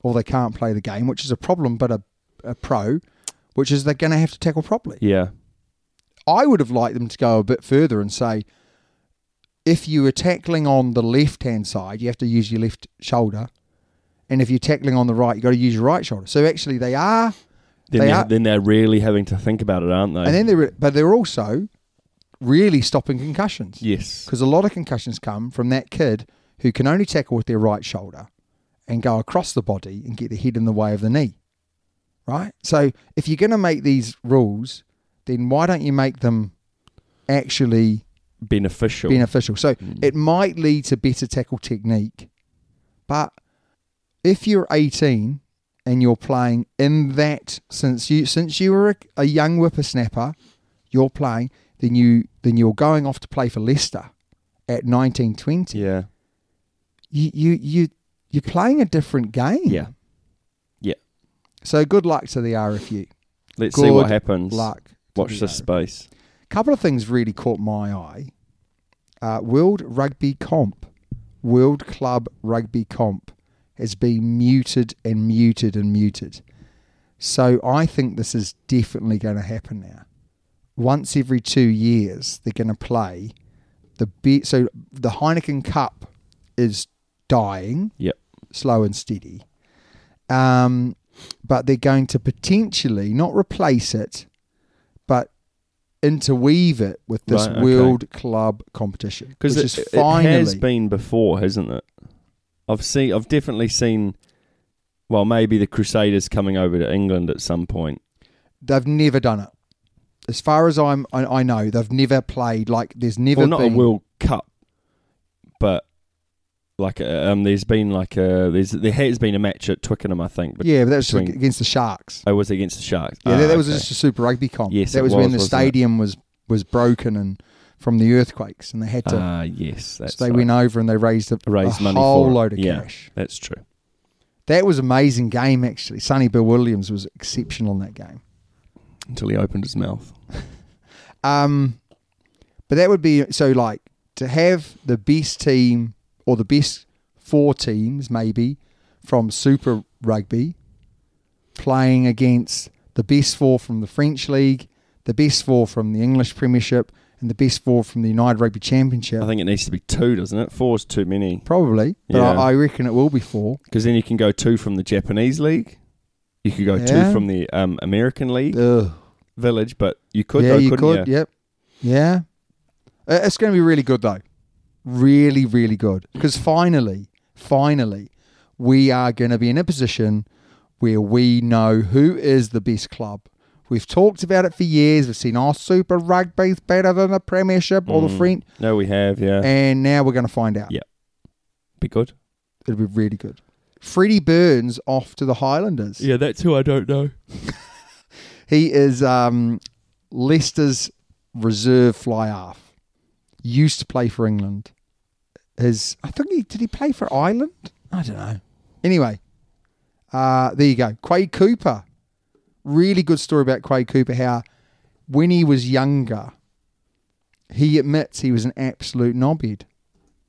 [SPEAKER 2] or they can't play the game, which is a problem, but a, a pro, which is they're going to have to tackle properly.
[SPEAKER 3] Yeah.
[SPEAKER 2] I would have liked them to go a bit further and say, if you were tackling on the left hand side, you have to use your left shoulder, and if you're tackling on the right, you got to use your right shoulder. So actually, they are,
[SPEAKER 3] Then
[SPEAKER 2] They
[SPEAKER 3] they
[SPEAKER 2] are-
[SPEAKER 3] are, then they're really having to think about it, aren't they?
[SPEAKER 2] and then they're, but they're also really stopping concussions.
[SPEAKER 3] yes.
[SPEAKER 2] because a lot of concussions come from that kid who can only tackle with their right shoulder and go across the body and get the head in the way of the knee. Right? So if you're going to make these rules, then why don't you make them actually
[SPEAKER 3] Beneficial.
[SPEAKER 2] beneficial? So
[SPEAKER 3] Mm.
[SPEAKER 2] it might lead to better tackle technique, but if you're 18 and you're playing in that since you since you were a, a young whippersnapper, you're playing then you then you're going off to play for Leicester at 19, 20
[SPEAKER 3] yeah.
[SPEAKER 2] you you you you're playing a different game.
[SPEAKER 3] Yeah. Yeah.
[SPEAKER 2] So good luck to the RFU.
[SPEAKER 3] Let's see what
[SPEAKER 2] Good
[SPEAKER 3] happens.
[SPEAKER 2] Luck. to
[SPEAKER 3] Watch
[SPEAKER 2] the
[SPEAKER 3] this space.
[SPEAKER 2] RFU. Couple of things really caught my eye. Uh, World Rugby Comp, World Club Rugby Comp, has been muted and muted and muted. So I think this is definitely going to happen now. Once every two years, they're going to play the be- so the Heineken Cup is dying.
[SPEAKER 3] Yep.
[SPEAKER 2] slow and steady. Um, but they're going to potentially not replace it, but interweave it with this
[SPEAKER 3] Right, okay.
[SPEAKER 2] world club competition.
[SPEAKER 3] Because
[SPEAKER 2] which is
[SPEAKER 3] it, it
[SPEAKER 2] finally
[SPEAKER 3] has been before, hasn't it? I've seen. I've definitely seen. Well, maybe the Crusaders coming over to England at some point.
[SPEAKER 2] they've never done it. As far as I'm, I, I know they've never played like there's never
[SPEAKER 3] Well, not
[SPEAKER 2] been
[SPEAKER 3] a World Cup, but like uh, um, there's been like a there's there has been a match at Twickenham, I think. But
[SPEAKER 2] yeah, but that's
[SPEAKER 3] between-
[SPEAKER 2] against the Sharks.
[SPEAKER 3] I was against the Sharks.
[SPEAKER 2] Yeah,
[SPEAKER 3] Ah,
[SPEAKER 2] that, that was
[SPEAKER 3] okay.
[SPEAKER 2] just a Super Rugby comp.
[SPEAKER 3] Yes,
[SPEAKER 2] that
[SPEAKER 3] it
[SPEAKER 2] was, when
[SPEAKER 3] was,
[SPEAKER 2] the
[SPEAKER 3] wasn't it?
[SPEAKER 2] stadium was was broken and from the earthquakes, and they had to.
[SPEAKER 3] Ah, yes, that's
[SPEAKER 2] so they
[SPEAKER 3] right.
[SPEAKER 2] went over and they raised a,
[SPEAKER 3] raised
[SPEAKER 2] a
[SPEAKER 3] money
[SPEAKER 2] whole
[SPEAKER 3] for it.
[SPEAKER 2] load of
[SPEAKER 3] yeah,
[SPEAKER 2] cash.
[SPEAKER 3] That's true.
[SPEAKER 2] That was an amazing game, actually. Sonny Bill Williams was exceptional in that game.
[SPEAKER 3] Until he opened his mouth.
[SPEAKER 2] Um, but that would be so like to have the best team or the best four teams maybe from Super Rugby playing against the best four from the French League, the best four from the English Premiership, and the best four from the United Rugby Championship.
[SPEAKER 3] I think it needs to be two, doesn't it? Four's too many.
[SPEAKER 2] Probably, but
[SPEAKER 3] Yeah.
[SPEAKER 2] I, I reckon it will be four.
[SPEAKER 3] Because then you can go two from the Japanese league. You could go
[SPEAKER 2] Yeah.
[SPEAKER 3] two from the um, American league
[SPEAKER 2] Ugh.
[SPEAKER 3] village, but you could
[SPEAKER 2] yeah,
[SPEAKER 3] though,
[SPEAKER 2] you
[SPEAKER 3] couldn't
[SPEAKER 2] could.
[SPEAKER 3] you?
[SPEAKER 2] Yep. Yeah. Uh, It's going to be really good though. Really, really good. Because finally, finally, we are going to be in a position where we know who is the best club. We've talked about it for years. We've seen our Super Rugby's better than the Premiership or the French,
[SPEAKER 3] No, we have, yeah.
[SPEAKER 2] and now we're going to find out.
[SPEAKER 3] Mm. Yeah. Be good.
[SPEAKER 2] It'll be really good. Freddie Burns off to the Highlanders.
[SPEAKER 3] Yeah, that's who I don't know.
[SPEAKER 2] He is um, Leicester's reserve fly half. Used to play for England. His, I think he did he play for Ireland? I don't know. Anyway, uh, there you go. Quade Cooper. Really good story about Quade Cooper. How when he was younger, he admits he was an absolute knobhead.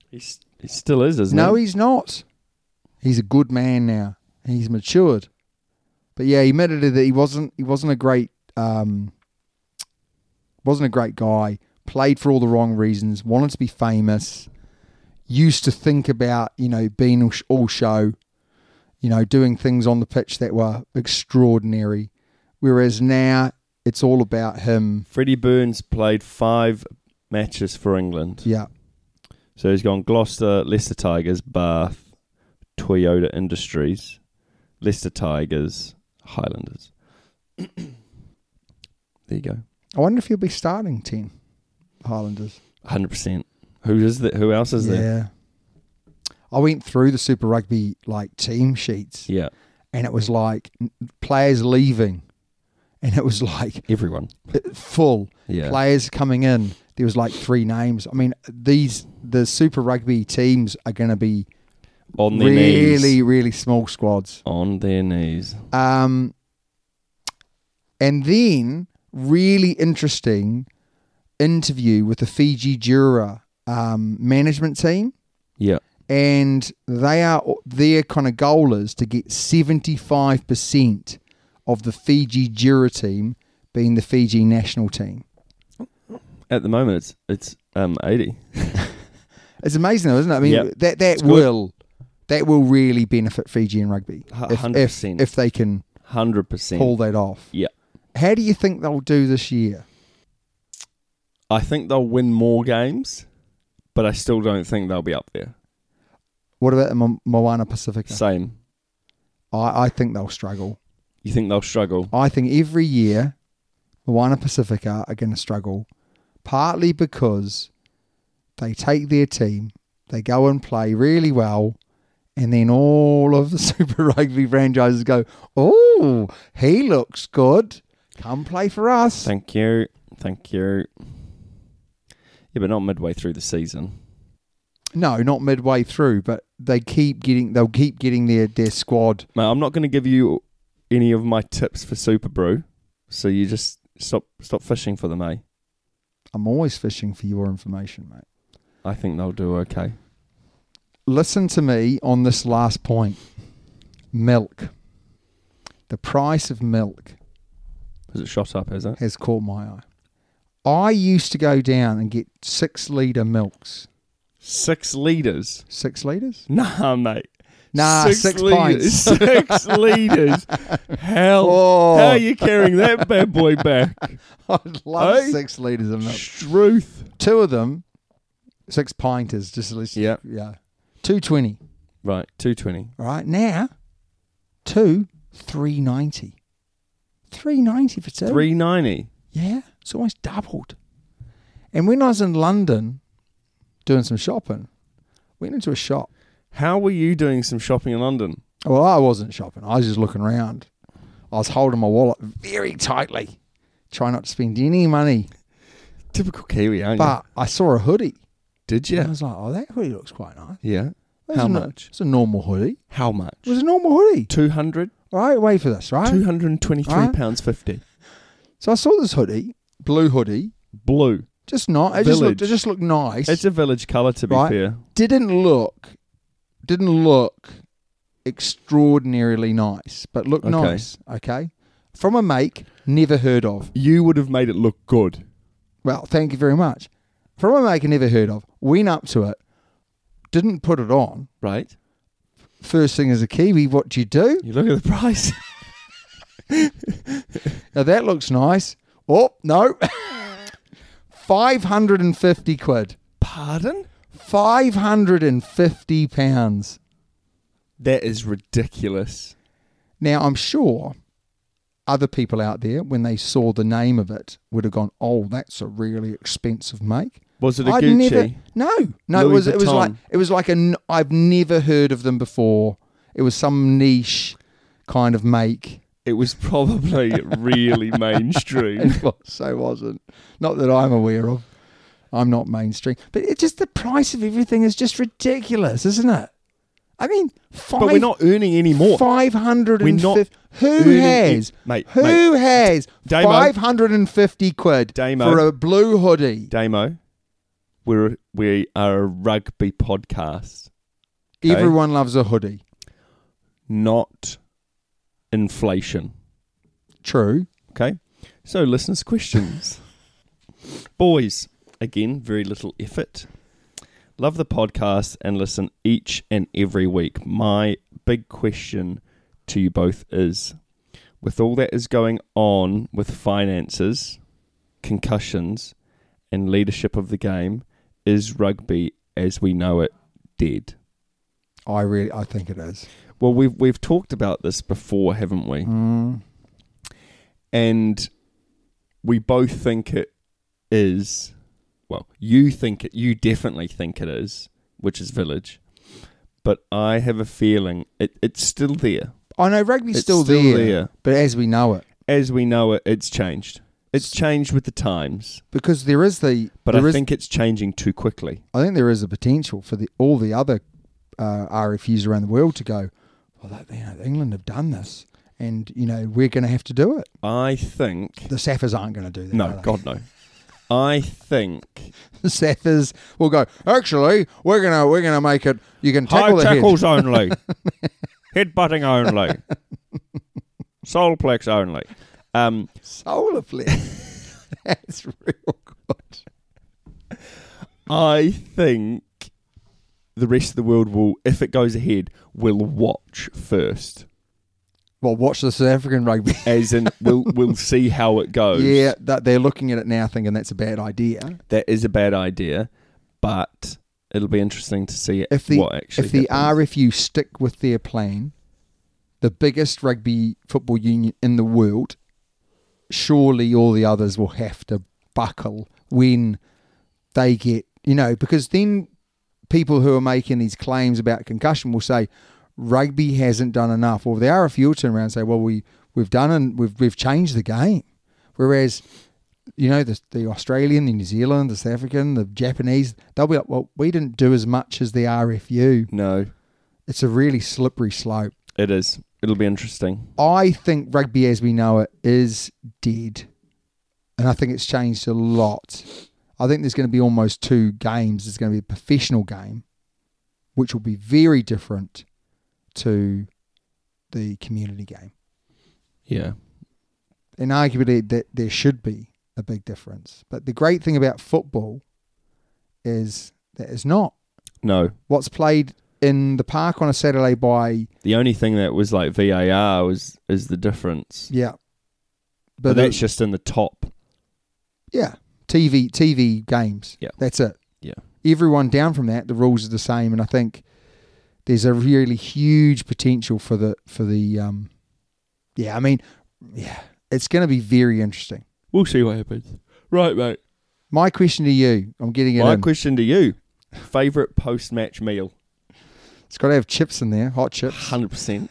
[SPEAKER 3] He's, he still is, isn't
[SPEAKER 2] No,
[SPEAKER 3] he?
[SPEAKER 2] he's not. He's a good man now. He's matured. But yeah, he admitted that he wasn't he wasn't a great um, wasn't a great guy. Played for all the wrong reasons. Wanted to be famous. Used to think about you know being all sh- all show, you know doing things on the pitch that were extraordinary. Whereas now it's all about him.
[SPEAKER 3] Freddie Burns played five matches for England.
[SPEAKER 2] Yeah,
[SPEAKER 3] So he's gone Gloucester, Leicester Tigers, Bath, Toyota Industries, Leicester Tigers, Highlanders. there you go.
[SPEAKER 2] I wonder if he'll be starting ten Highlanders.
[SPEAKER 3] Hundred percent. Who is that? Who else is
[SPEAKER 2] yeah.
[SPEAKER 3] there?
[SPEAKER 2] I went through the Super Rugby like team sheets,
[SPEAKER 3] Yeah,
[SPEAKER 2] and it was like n- players leaving, and it was like
[SPEAKER 3] everyone.
[SPEAKER 2] full
[SPEAKER 3] Yeah.
[SPEAKER 2] players coming in. There was like three names. I mean, these the Super Rugby teams are going to be
[SPEAKER 3] On their
[SPEAKER 2] really,
[SPEAKER 3] knees.
[SPEAKER 2] really small squads.
[SPEAKER 3] On their knees.
[SPEAKER 2] Um, and then really interesting interview with the Fiji Jura um, management team.
[SPEAKER 3] Yeah.
[SPEAKER 2] and they are their kind of goal is to get 75% of the Fiji Jura team being the Fiji national team.
[SPEAKER 3] At the moment, it's it's um eighty.
[SPEAKER 2] It's amazing though, isn't it? I mean,
[SPEAKER 3] Yep.
[SPEAKER 2] that that
[SPEAKER 3] It's good.
[SPEAKER 2] will that will really benefit Fiji and rugby
[SPEAKER 3] Hu-
[SPEAKER 2] if, if
[SPEAKER 3] 100%.
[SPEAKER 2] if they can
[SPEAKER 3] Hundred percent.
[SPEAKER 2] pull that off.
[SPEAKER 3] Yeah.
[SPEAKER 2] How do you think they'll do this year?
[SPEAKER 3] I think they'll win more games, but I still don't think they'll be up there.
[SPEAKER 2] What about the Mo- Moana Pacifica?
[SPEAKER 3] Same.
[SPEAKER 2] I, I think they'll struggle.
[SPEAKER 3] You think they'll struggle?
[SPEAKER 2] I think every year, Moana Pacifica are going to struggle, partly because they take their team, they go and play really well, and then all of the Super Rugby franchises go, "Oh, he looks good. Come play for us."
[SPEAKER 3] Thank you. Thank you. Yeah, but not midway through the season.
[SPEAKER 2] no, not midway through, but they keep getting. They'll keep getting their their squad.
[SPEAKER 3] Mate, I'm not going to give you any of my tips for Super Brew, so you just stop stop fishing for them, eh?
[SPEAKER 2] I'm always fishing for your information, mate.
[SPEAKER 3] I think they'll do okay.
[SPEAKER 2] listen to me on this last point milk. The price of milk
[SPEAKER 3] Has it shot up, has it?
[SPEAKER 2] has caught my eye. I used to go down and get six litre milks.
[SPEAKER 3] Six litres.
[SPEAKER 2] Six litres?
[SPEAKER 3] Nah, mate.
[SPEAKER 2] Nah, six
[SPEAKER 3] litres. Six litres. Hell.
[SPEAKER 2] Oh.
[SPEAKER 3] How are you carrying that bad boy back?
[SPEAKER 2] I'd love
[SPEAKER 3] Hey?
[SPEAKER 2] six litres of milk.
[SPEAKER 3] Struth.
[SPEAKER 2] Two of them, six pinters, just at least.
[SPEAKER 3] Yeah.
[SPEAKER 2] Yeah. 220.
[SPEAKER 3] Right, 220.
[SPEAKER 2] All right. Now, two, 390. 390 for two.
[SPEAKER 3] 390.
[SPEAKER 2] Yeah, it's almost doubled. And when I was in London doing some shopping, went into a shop.
[SPEAKER 3] How were you doing some shopping in London?
[SPEAKER 2] Well, I wasn't shopping. I was just looking around. I was holding my wallet very tightly, trying not to spend any money.
[SPEAKER 3] Typical Kiwi, aren't you?
[SPEAKER 2] But I saw a hoodie.
[SPEAKER 3] Did
[SPEAKER 2] And I
[SPEAKER 3] you?
[SPEAKER 2] was like, oh, that hoodie looks quite nice.
[SPEAKER 3] Yeah.
[SPEAKER 2] It was
[SPEAKER 3] How
[SPEAKER 2] a no-
[SPEAKER 3] much?
[SPEAKER 2] It's a normal hoodie.
[SPEAKER 3] How much?
[SPEAKER 2] It was a normal hoodie.
[SPEAKER 3] 200?
[SPEAKER 2] All right, wait for this, right?
[SPEAKER 3] 223
[SPEAKER 2] Alright.
[SPEAKER 3] pounds 50.
[SPEAKER 2] So I saw this hoodie, blue hoodie.
[SPEAKER 3] Blue.
[SPEAKER 2] Just not. It just looked. It
[SPEAKER 3] Village.
[SPEAKER 2] just looked nice.
[SPEAKER 3] It's a village colour, to be
[SPEAKER 2] Right.
[SPEAKER 3] fair.
[SPEAKER 2] didn't look didn't look extraordinarily nice, but looked
[SPEAKER 3] Okay.
[SPEAKER 2] nice. Okay. From a make never heard of.
[SPEAKER 3] You would have made it look good.
[SPEAKER 2] Well, thank you very much. From a make I never heard of. Went up to it, didn't put it on.
[SPEAKER 3] Right?
[SPEAKER 2] First thing as a Kiwi, what do you do?
[SPEAKER 3] You look at the price.
[SPEAKER 2] Now that looks nice. Oh, no. 550 quid.
[SPEAKER 3] Pardon?
[SPEAKER 2] 550 pounds.
[SPEAKER 3] That is ridiculous.
[SPEAKER 2] Now, I'm sure other people out there, when they saw the name of it, would have gone, "Oh, that's a really expensive make."
[SPEAKER 3] Was it a
[SPEAKER 2] I'd
[SPEAKER 3] Gucci?
[SPEAKER 2] Never, no, no. it
[SPEAKER 3] Louis
[SPEAKER 2] was. It was like
[SPEAKER 3] Vuitton?
[SPEAKER 2] it was like an. I've never heard of them before. It was some niche kind of make.
[SPEAKER 3] It was probably really mainstream.
[SPEAKER 2] Well, so wasn't. Not that I'm aware of. I'm not mainstream, but it just the price of everything is just ridiculous, isn't it? I mean, five,
[SPEAKER 3] But we're not earning any more.
[SPEAKER 2] Five hundred
[SPEAKER 3] We're
[SPEAKER 2] and
[SPEAKER 3] not
[SPEAKER 2] fifty. Who
[SPEAKER 3] earning
[SPEAKER 2] has,
[SPEAKER 3] it- mate,
[SPEAKER 2] Who
[SPEAKER 3] mate.
[SPEAKER 2] has
[SPEAKER 3] Damo.
[SPEAKER 2] five hundred and fifty quid
[SPEAKER 3] Damo.
[SPEAKER 2] for a blue hoodie
[SPEAKER 3] Damo, we're we are a rugby podcast, okay.
[SPEAKER 2] Everyone loves a hoodie.
[SPEAKER 3] not inflation.
[SPEAKER 2] True.
[SPEAKER 3] Okay. So, listeners' questions. Boys, again, very little effort. Love the podcast and listen each and every week. My big question to you both is with all that is going on with finances, concussions, and leadership of the game, is rugby as we know it dead?
[SPEAKER 2] I really, I think it is.
[SPEAKER 3] Well, we've we've talked about this before, haven't we?
[SPEAKER 2] Mm.
[SPEAKER 3] And we both think it is. Well, you think it. You definitely think it is, which is village. But I have a feeling it, it's still there.
[SPEAKER 2] I know rugby's
[SPEAKER 3] It's
[SPEAKER 2] still,
[SPEAKER 3] still
[SPEAKER 2] there,
[SPEAKER 3] there.
[SPEAKER 2] but as we know it,
[SPEAKER 3] As we know it, it's changed. It's changed with the times,
[SPEAKER 2] because there is the,
[SPEAKER 3] but
[SPEAKER 2] there
[SPEAKER 3] I
[SPEAKER 2] is-
[SPEAKER 3] think it's changing too quickly.
[SPEAKER 2] I think there is a potential for the all the other uh, RFUs around the world to go. Well, that, you know, England have done this, and you know we're going to have to do it.
[SPEAKER 3] I think
[SPEAKER 2] The Saffers aren't going to do that. are
[SPEAKER 3] no,
[SPEAKER 2] they?
[SPEAKER 3] God no. I think
[SPEAKER 2] The Saffers will go. Actually, we're gonna we're gonna make it. You can
[SPEAKER 3] High
[SPEAKER 2] tackle the head."
[SPEAKER 3] tackles only. Headbutting only. Soulplex only. Um,
[SPEAKER 2] Solar flare. That's real good.
[SPEAKER 3] I think the rest of the world will, if it goes ahead, will watch first.
[SPEAKER 2] Well, watch the South African rugby.
[SPEAKER 3] As in, we'll, we'll see how it goes.
[SPEAKER 2] yeah, that they're looking at it now, thinking that's a bad idea.
[SPEAKER 3] That is a bad idea, but it'll be interesting to see
[SPEAKER 2] if the
[SPEAKER 3] what actually
[SPEAKER 2] if the
[SPEAKER 3] happens.
[SPEAKER 2] RFU stick with their plan, the biggest rugby football union in the world, surely all the others will have to buckle when they get you know because then people who are making these claims about concussion will say rugby hasn't done enough, or the RFU will turn around and say, well we we've done and we've we've changed the game, whereas you know, the, the Australian, the New Zealand, the South African, the Japanese, they'll be like, well, we didn't do as much as the RFU.
[SPEAKER 3] No,
[SPEAKER 2] It's a really slippery slope.
[SPEAKER 3] it is. It'll be interesting.
[SPEAKER 2] I think rugby as we know it is dead. And I think it's changed a lot. I think there's going to be almost two games. There's going to be a professional game, which will be very different to the community game.
[SPEAKER 3] Yeah.
[SPEAKER 2] and arguably that there should be a big difference. But the great thing about football is that it's not
[SPEAKER 3] No.
[SPEAKER 2] what's played in the park on a Saturday by
[SPEAKER 3] The only thing that was like VAR was is the difference.
[SPEAKER 2] yeah,
[SPEAKER 3] But,
[SPEAKER 2] the-
[SPEAKER 3] that's just in the top.
[SPEAKER 2] yeah TV TV games.
[SPEAKER 3] Yeah.
[SPEAKER 2] that's it.
[SPEAKER 3] Yeah.
[SPEAKER 2] Everyone down from that, the rules are the same, and I think there's a really huge potential for the for the um, yeah. I mean, yeah, it's going to be very interesting.
[SPEAKER 3] We'll see what happens. Right, mate.
[SPEAKER 2] My question to you, I'm getting it.
[SPEAKER 3] My
[SPEAKER 2] in.
[SPEAKER 3] question to you favourite post match meal?
[SPEAKER 2] it's got to have chips in there, hot chips,
[SPEAKER 3] 100%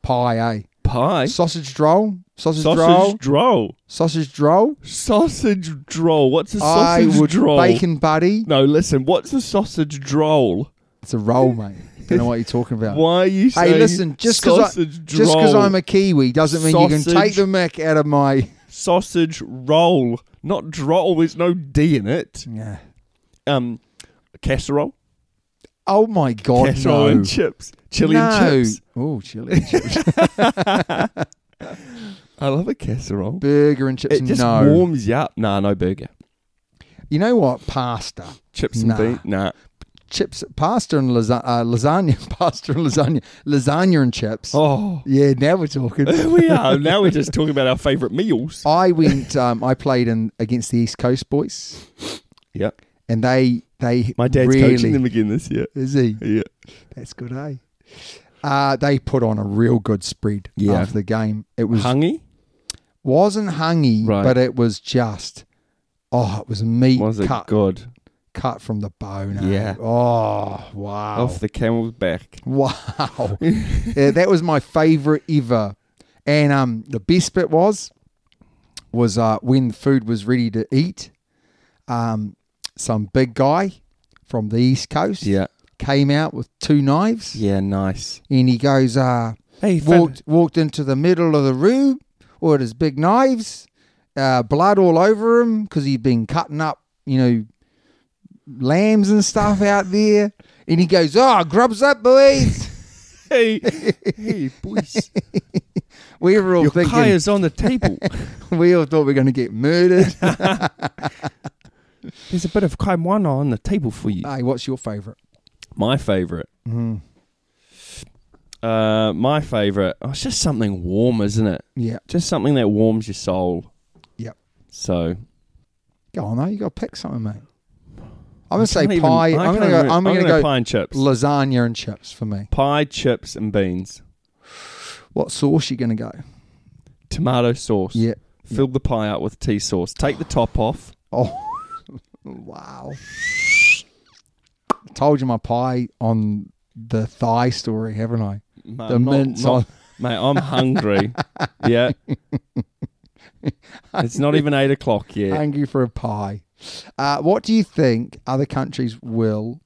[SPEAKER 2] pie, eh?
[SPEAKER 3] pie.
[SPEAKER 2] Sausage droll. Sausage, droll.
[SPEAKER 3] Sausage droll.
[SPEAKER 2] Sausage droll.
[SPEAKER 3] Sausage droll. What's a
[SPEAKER 2] I
[SPEAKER 3] sausage
[SPEAKER 2] would
[SPEAKER 3] droll?
[SPEAKER 2] bacon buddy.
[SPEAKER 3] No, listen. What's a sausage droll?
[SPEAKER 2] It's a roll, mate. Don't know what you're talking about.
[SPEAKER 3] Why are you saying
[SPEAKER 2] Hey, listen, just because
[SPEAKER 3] sausage droll?
[SPEAKER 2] because I'm a Kiwi doesn't mean you can take
[SPEAKER 3] Sausage.
[SPEAKER 2] the mick out of my.
[SPEAKER 3] sausage roll, not droll. There's no D in it.
[SPEAKER 2] Yeah.
[SPEAKER 3] Um, casserole,
[SPEAKER 2] Oh my God,
[SPEAKER 3] casserole
[SPEAKER 2] no.
[SPEAKER 3] and chips, chili
[SPEAKER 2] no.
[SPEAKER 3] and chips.
[SPEAKER 2] Oh, chili and chips.
[SPEAKER 3] I love a casserole.
[SPEAKER 2] Burger and chips.
[SPEAKER 3] it just
[SPEAKER 2] no.
[SPEAKER 3] warms you up. Nah, no burger.
[SPEAKER 2] You know what? Pasta.
[SPEAKER 3] Chips and
[SPEAKER 2] Nah.
[SPEAKER 3] beans. Nah.
[SPEAKER 2] Chips. Pasta and lasa- uh, lasagna. Pasta and lasagna. Lasagna and chips.
[SPEAKER 3] Oh.
[SPEAKER 2] Yeah, now we're talking.
[SPEAKER 3] we are. Now we're just talking about our favourite meals.
[SPEAKER 2] I went. Um, I played in against the East Coast boys,
[SPEAKER 3] Yeah.
[SPEAKER 2] and they they
[SPEAKER 3] My dad's
[SPEAKER 2] really,
[SPEAKER 3] coaching them again this year.
[SPEAKER 2] Is he?
[SPEAKER 3] Yeah.
[SPEAKER 2] That's good, eh? Uh, they put on a real good spread
[SPEAKER 3] Yeah.
[SPEAKER 2] after the game. It was
[SPEAKER 3] Hungy?
[SPEAKER 2] wasn't hangy,
[SPEAKER 3] Right.
[SPEAKER 2] but it was just oh, it was meat
[SPEAKER 3] Was it
[SPEAKER 2] cut
[SPEAKER 3] good?
[SPEAKER 2] cut from the bone. eh?
[SPEAKER 3] Yeah.
[SPEAKER 2] Oh wow.
[SPEAKER 3] Off the camel's back.
[SPEAKER 2] Wow. Yeah, that was my favorite ever. And um, the best bit was was uh, when the food was ready to eat, um, some big guy from the East Coast
[SPEAKER 3] Yeah.
[SPEAKER 2] came out with two knives
[SPEAKER 3] Yeah, nice.
[SPEAKER 2] and he goes, uh,
[SPEAKER 3] Hey,
[SPEAKER 2] walked, walked into the middle of the room with his big knives, uh, blood all over him because he'd been cutting up, you know, lambs and stuff out there. And he goes, oh, grubs up, boys.
[SPEAKER 3] Hey, hey, boys.
[SPEAKER 2] We were all
[SPEAKER 3] Your
[SPEAKER 2] thinking
[SPEAKER 3] pie is on the table.
[SPEAKER 2] we all thought we were going to get murdered.
[SPEAKER 3] There's a bit of kaimwana on the table for you.
[SPEAKER 2] hey, what's your favourite?
[SPEAKER 3] My favorite.
[SPEAKER 2] Mm-hmm.
[SPEAKER 3] Uh, my favorite. Oh, it's just something warm, isn't it?
[SPEAKER 2] Yeah,
[SPEAKER 3] Just something that warms your soul.
[SPEAKER 2] Yep.
[SPEAKER 3] So
[SPEAKER 2] go on, mate. You got to pick something, mate. I'm going to say
[SPEAKER 3] can't even-
[SPEAKER 2] pie.
[SPEAKER 3] I
[SPEAKER 2] I'm
[SPEAKER 3] can't
[SPEAKER 2] going to
[SPEAKER 3] even-
[SPEAKER 2] go. I'm going to
[SPEAKER 3] pie
[SPEAKER 2] go
[SPEAKER 3] and chips.
[SPEAKER 2] lasagna and chips for me.
[SPEAKER 3] pie, chips, and beans.
[SPEAKER 2] What sauce you going to go?
[SPEAKER 3] Tomato sauce.
[SPEAKER 2] Yeah.
[SPEAKER 3] Fill the pie out with tea sauce. Take the top off.
[SPEAKER 2] Oh, wow. Told you my pie on the thigh story, haven't I?
[SPEAKER 3] Mate,
[SPEAKER 2] The
[SPEAKER 3] I'm not-
[SPEAKER 2] mince
[SPEAKER 3] not-
[SPEAKER 2] on-
[SPEAKER 3] Mate, I'm hungry. yeah. It's not even eight o'clock yet.
[SPEAKER 2] Hungry for a pie. Uh, what do you think other countries will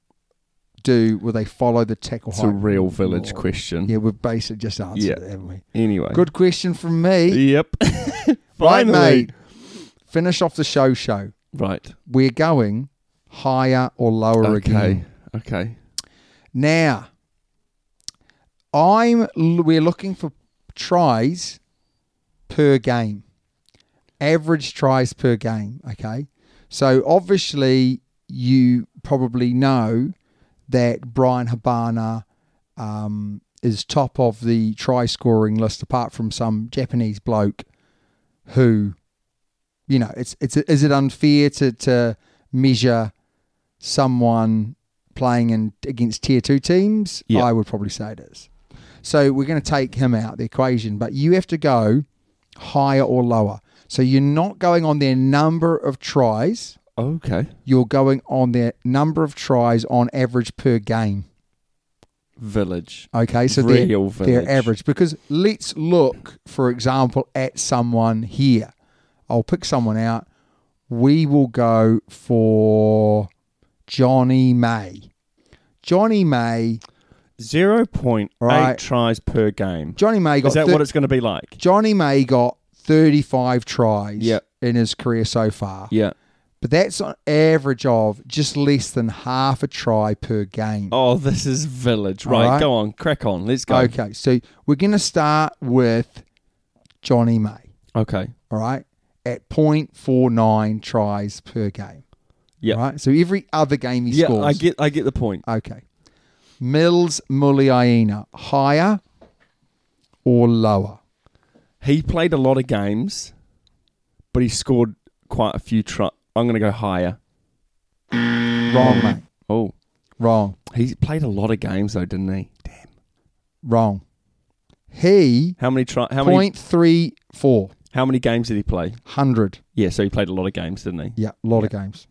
[SPEAKER 2] do? Will they follow the tackle
[SPEAKER 3] It's a
[SPEAKER 2] height
[SPEAKER 3] real village
[SPEAKER 2] rule?
[SPEAKER 3] question.
[SPEAKER 2] Yeah, we've basically just answered
[SPEAKER 3] Yeah.
[SPEAKER 2] it, haven't we?
[SPEAKER 3] Anyway.
[SPEAKER 2] Good question from me.
[SPEAKER 3] Yep.
[SPEAKER 2] Right,
[SPEAKER 3] Finally.
[SPEAKER 2] mate. Finish off the show show.
[SPEAKER 3] Right.
[SPEAKER 2] We're going higher or lower
[SPEAKER 3] Okay.
[SPEAKER 2] again.
[SPEAKER 3] Okay.
[SPEAKER 2] Now, I'm l- we're looking for tries per game. Average tries per game, okay? So obviously you probably know that Brian Habana um, is top of the try scoring list apart from some Japanese bloke who you know, it's it's is it unfair to to measure someone playing in against tier two teams?
[SPEAKER 3] Yeah.
[SPEAKER 2] I would probably say it is. So we're going to take him out of the equation, but you have to go higher or lower. So you're not going on their number of tries.
[SPEAKER 3] Okay.
[SPEAKER 2] You're going on their number of tries on average per game.
[SPEAKER 3] Village.
[SPEAKER 2] Okay, so
[SPEAKER 3] Real
[SPEAKER 2] they're,
[SPEAKER 3] village.
[SPEAKER 2] they're average because let's look, for example, at someone here. I'll pick someone out. We will go for Johnny May. Johnny May.
[SPEAKER 3] Zero point eight
[SPEAKER 2] Right.
[SPEAKER 3] tries per game.
[SPEAKER 2] Johnny May got.
[SPEAKER 3] Is that
[SPEAKER 2] thir-
[SPEAKER 3] what it's going to be like?
[SPEAKER 2] Johnny May got thirty-five tries
[SPEAKER 3] Yeah.
[SPEAKER 2] in his career so far,
[SPEAKER 3] Yeah.
[SPEAKER 2] but that's on average of just less than half a try per game.
[SPEAKER 3] Oh, this is village. Right,
[SPEAKER 2] Alright.
[SPEAKER 3] Go on. Crack on. Let's go.
[SPEAKER 2] Okay, so we're going to start with Johnny May.
[SPEAKER 3] Okay.
[SPEAKER 2] all right, at 0.49 tries per game.
[SPEAKER 3] Yeah.
[SPEAKER 2] All right. So every other game he
[SPEAKER 3] Yeah.
[SPEAKER 2] scores.
[SPEAKER 3] I get. I get the point.
[SPEAKER 2] Okay. Mills Muliaina, higher or lower?
[SPEAKER 3] He played a lot of games, but he scored quite a few try. I'm going to go higher.
[SPEAKER 2] Wrong, mate.
[SPEAKER 3] Oh,
[SPEAKER 2] Wrong.
[SPEAKER 3] he played a lot of games though, didn't he? Damn.
[SPEAKER 2] Wrong. He,
[SPEAKER 3] How many try? How many?
[SPEAKER 2] 0.34,
[SPEAKER 3] How many games did he play?
[SPEAKER 2] 100.
[SPEAKER 3] Yeah. So he played a lot of games, didn't he?
[SPEAKER 2] Yeah, a lot of games.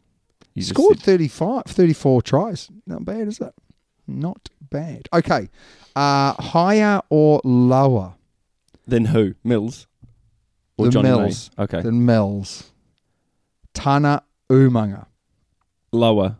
[SPEAKER 3] You just
[SPEAKER 2] Scored
[SPEAKER 3] said-
[SPEAKER 2] 35, 34 tries. Not bad, is it? Not bad. Okay. Uh, higher or lower
[SPEAKER 3] Then who? Mills. Or
[SPEAKER 2] The
[SPEAKER 3] Johnny May?
[SPEAKER 2] Mills.
[SPEAKER 3] Okay.
[SPEAKER 2] than Mills? Tana Umanga.
[SPEAKER 3] Lower.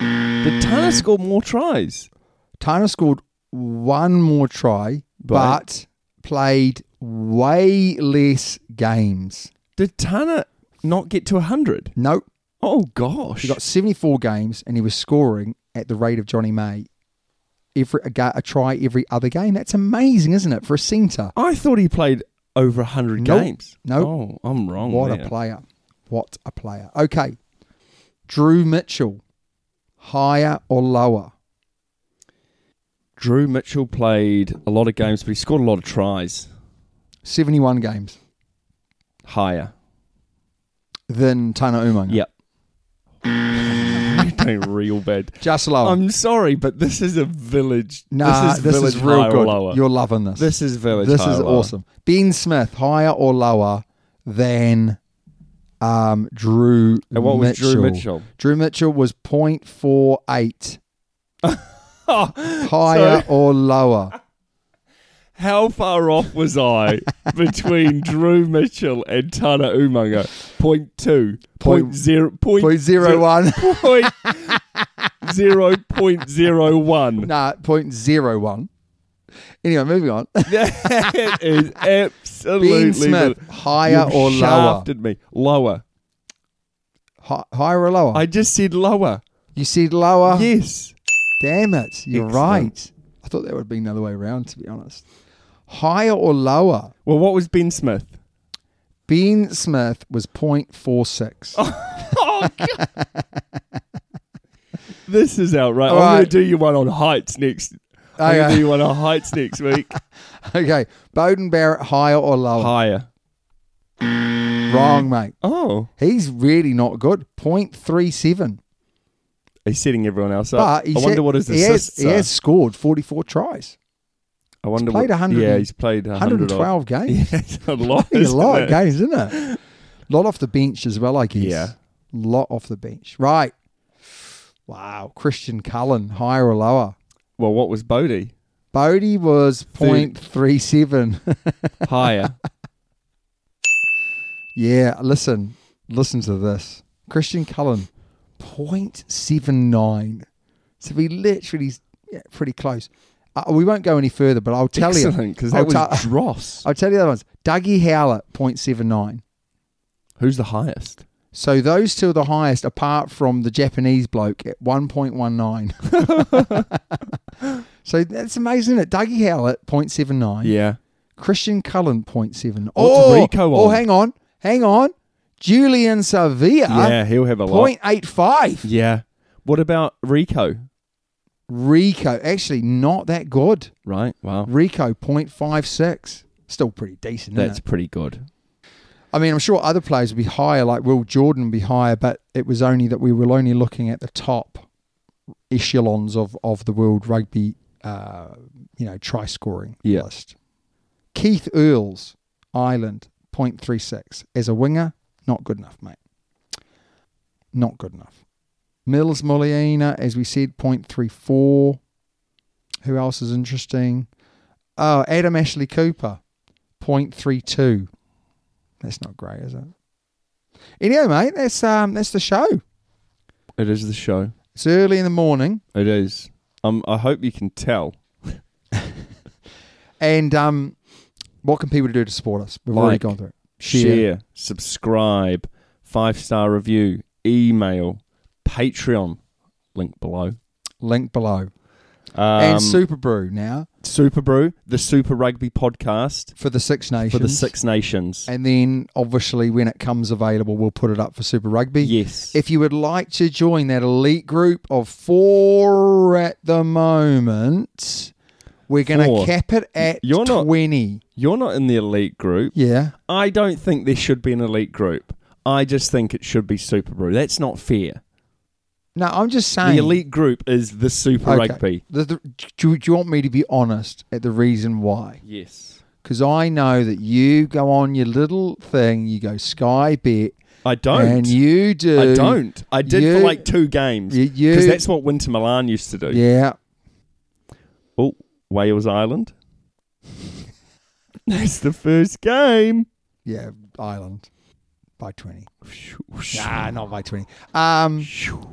[SPEAKER 3] Did Tanner score more tries?
[SPEAKER 2] Tana scored one more try,
[SPEAKER 3] Right.
[SPEAKER 2] but played way less games.
[SPEAKER 3] Did Tanner not get to 100?
[SPEAKER 2] Nope.
[SPEAKER 3] Oh, gosh.
[SPEAKER 2] He got 74 games and he was scoring at the rate of Johnny May. Every a, ga- a try every other game. That's amazing, isn't it, for a centre?
[SPEAKER 3] I thought he played over 100
[SPEAKER 2] Nope.
[SPEAKER 3] games.
[SPEAKER 2] Nope.
[SPEAKER 3] Oh, I'm wrong.
[SPEAKER 2] what
[SPEAKER 3] there.
[SPEAKER 2] a player! What a player! Okay, Drew Mitchell, higher or lower?
[SPEAKER 3] Drew Mitchell played a lot of games, but he scored a lot of tries.
[SPEAKER 2] 71 games
[SPEAKER 3] Higher.
[SPEAKER 2] than Tana Umanga.
[SPEAKER 3] Yep. going real bad.
[SPEAKER 2] Jaslow.
[SPEAKER 3] I'm sorry, but this is a village.
[SPEAKER 2] Oh. nah,
[SPEAKER 3] this is village
[SPEAKER 2] real
[SPEAKER 3] higher
[SPEAKER 2] good.
[SPEAKER 3] Or lower.
[SPEAKER 2] You're loving this.
[SPEAKER 3] This is village.
[SPEAKER 2] This
[SPEAKER 3] higher
[SPEAKER 2] is
[SPEAKER 3] or lower.
[SPEAKER 2] awesome. Ben Smith, higher or lower than um, Drew
[SPEAKER 3] And what was Drew Mitchell?
[SPEAKER 2] Drew Mitchell was 0.48.
[SPEAKER 3] Oh,
[SPEAKER 2] Higher or lower?
[SPEAKER 3] how far off was I between Drew Mitchell and Tana Umanga? Point two,
[SPEAKER 2] Point-
[SPEAKER 3] point zero, point
[SPEAKER 2] Point zero one.
[SPEAKER 3] point zero point zero one.
[SPEAKER 2] nah, point zero one. Anyway, moving on.
[SPEAKER 3] That is absolutely
[SPEAKER 2] ben Smith,
[SPEAKER 3] the-
[SPEAKER 2] higher
[SPEAKER 3] You've
[SPEAKER 2] or lower?
[SPEAKER 3] Shafted me lower.
[SPEAKER 2] Hi- higher or lower?
[SPEAKER 3] I just said lower.
[SPEAKER 2] you said lower.
[SPEAKER 3] Yes.
[SPEAKER 2] Damn it. You're
[SPEAKER 3] Excellent.
[SPEAKER 2] right. I thought that would be another way around, to be honest. Higher or lower?
[SPEAKER 3] Well, what was Ben Smith?
[SPEAKER 2] Ben Smith was 0.46.
[SPEAKER 3] Oh god. this is outright.
[SPEAKER 2] All
[SPEAKER 3] I'm going
[SPEAKER 2] right.
[SPEAKER 3] to do you one on heights next. I'm going
[SPEAKER 2] Okay.
[SPEAKER 3] to do you one on heights next week.
[SPEAKER 2] Okay. Bowden Barrett, higher or lower?
[SPEAKER 3] Higher.
[SPEAKER 2] Wrong, mate.
[SPEAKER 3] Oh,
[SPEAKER 2] He's really not good. 0.37.
[SPEAKER 3] he's setting everyone else up.
[SPEAKER 2] But he
[SPEAKER 3] I wonder
[SPEAKER 2] said-
[SPEAKER 3] what his
[SPEAKER 2] he has,
[SPEAKER 3] assists
[SPEAKER 2] he has scored 44 tries.
[SPEAKER 3] are. I wonder
[SPEAKER 2] played
[SPEAKER 3] what,
[SPEAKER 2] 100
[SPEAKER 3] Yeah,
[SPEAKER 2] and-
[SPEAKER 3] he's played 100 odd.
[SPEAKER 2] 112 games.
[SPEAKER 3] Yeah, it's a lot.
[SPEAKER 2] That's a
[SPEAKER 3] isn't
[SPEAKER 2] lot
[SPEAKER 3] it?
[SPEAKER 2] of games, isn't it? lot off the bench as well, I guess.
[SPEAKER 3] Yeah.
[SPEAKER 2] lot off the bench. Right. Wow. Christian Cullen, higher or lower?
[SPEAKER 3] Well, what was Bodie?
[SPEAKER 2] Bodie was 0.37.
[SPEAKER 3] Higher.
[SPEAKER 2] Yeah, listen, listen to this. Christian Cullen, 0.79. So we literally, yeah, pretty close. Uh, we won't go any further, but I'll tell you.
[SPEAKER 3] Excellent, because that
[SPEAKER 2] I'll
[SPEAKER 3] was
[SPEAKER 2] tell-
[SPEAKER 3] Dross.
[SPEAKER 2] I'll tell you the other ones. Dougie Howlett, 0.79.
[SPEAKER 3] Who's the highest?
[SPEAKER 2] So those two are the highest, apart from the Japanese bloke at 1.19. so that's amazing, isn't it? Dougie Howlett, 0.79.
[SPEAKER 3] Oh, Yeah.
[SPEAKER 2] Christian Cullen, 0.7.
[SPEAKER 3] What's Rico
[SPEAKER 2] Oh,
[SPEAKER 3] on?
[SPEAKER 2] hang on. Hang on. Julian Savia.
[SPEAKER 3] yeah, he'll have a lot.
[SPEAKER 2] 0.85.
[SPEAKER 3] Yeah. What about Rico?
[SPEAKER 2] Rico, actually not that good.
[SPEAKER 3] Right. Wow.
[SPEAKER 2] Rico, 0.56. Still pretty decent, isn't
[SPEAKER 3] That's
[SPEAKER 2] it?
[SPEAKER 3] pretty good.
[SPEAKER 2] I mean, I'm sure other players would be higher, like Will Jordan would be higher, but it was only that we were only looking at the top echelons of, of the world rugby, uh, you know, try scoring
[SPEAKER 3] Yeah.
[SPEAKER 2] list. Keith Earls, Ireland, 0.36. As a winger, not good enough, mate. Not good enough. Mills Molina, as we said, 0.34. Who else is interesting? Oh, Adam Ashley Cooper, 0.32. That's not great, is it? Anyway, mate, that's um that's the show.
[SPEAKER 3] It is the show.
[SPEAKER 2] It's early in the morning,
[SPEAKER 3] It is. Um, I hope you can tell.
[SPEAKER 2] and um, what can people do to support us? We've already
[SPEAKER 3] Like,
[SPEAKER 2] gone through it.
[SPEAKER 3] Share, subscribe, five star review, email, Patreon, link below.
[SPEAKER 2] link below,
[SPEAKER 3] Um,
[SPEAKER 2] and Super Brew now
[SPEAKER 3] Super Brew, the Super Rugby podcast
[SPEAKER 2] for the Six Nations.
[SPEAKER 3] for the Six Nations.
[SPEAKER 2] and then obviously when it comes available, we'll put it up for Super Rugby.
[SPEAKER 3] yes.
[SPEAKER 2] If you would like to join that elite group of four at the moment, we're going to
[SPEAKER 3] Four.
[SPEAKER 2] cap it at
[SPEAKER 3] You're not-
[SPEAKER 2] twenty.
[SPEAKER 3] You're not in the elite group.
[SPEAKER 2] Yeah.
[SPEAKER 3] I don't think there should be an elite group. I just think it should be Super Brew. That's not fair.
[SPEAKER 2] No, I'm just saying
[SPEAKER 3] The elite group is the Super
[SPEAKER 2] Okay.
[SPEAKER 3] Rugby.
[SPEAKER 2] The- the- do, do you want me to be honest at the reason why?
[SPEAKER 3] Yes.
[SPEAKER 2] Because I know that you go on your little thing, you go Sky Bet,
[SPEAKER 3] I don't.
[SPEAKER 2] and you do.
[SPEAKER 3] I don't. I did
[SPEAKER 2] you-
[SPEAKER 3] for like two games.
[SPEAKER 2] You- you-
[SPEAKER 3] Because that's what Winter Milan used to do.
[SPEAKER 2] Yeah,
[SPEAKER 3] Oh, Wales Island. that's the first game.
[SPEAKER 2] yeah, Ireland by twenty. Nah, not by twenty. Um,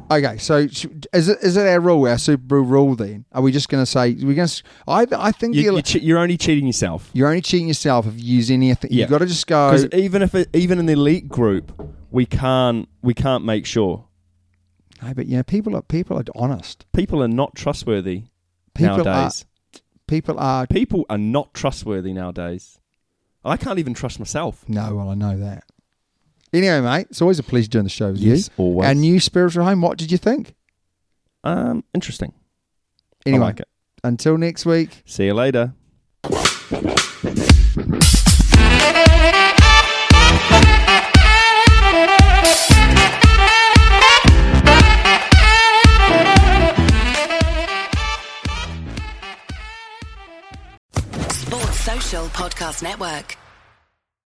[SPEAKER 2] okay, so sh- is it is it our rule, our Super Brew rule? Then are we just going to say we're going to? I I think
[SPEAKER 3] You,
[SPEAKER 2] the,
[SPEAKER 3] you che- you're only cheating yourself.
[SPEAKER 2] you're only cheating yourself if you use anything.
[SPEAKER 3] Yeah.
[SPEAKER 2] You've got to just go.
[SPEAKER 3] Because even if it, even in the elite group, we can't we can't make sure
[SPEAKER 2] No, but you know, people are people are honest.
[SPEAKER 3] people are not trustworthy
[SPEAKER 2] People are-
[SPEAKER 3] nowadays.
[SPEAKER 2] People are
[SPEAKER 3] people are not trustworthy nowadays. I can't even trust myself.
[SPEAKER 2] No, well, I know that. Anyway, mate, it's always a pleasure doing the show with
[SPEAKER 3] Yes,
[SPEAKER 2] you.
[SPEAKER 3] always.
[SPEAKER 2] Our new spiritual home, what did you think?
[SPEAKER 3] Um, interesting.
[SPEAKER 2] Anyway,
[SPEAKER 3] I like it.
[SPEAKER 2] until next week,
[SPEAKER 3] See you later.
[SPEAKER 4] Thank you. Official Podcast Network.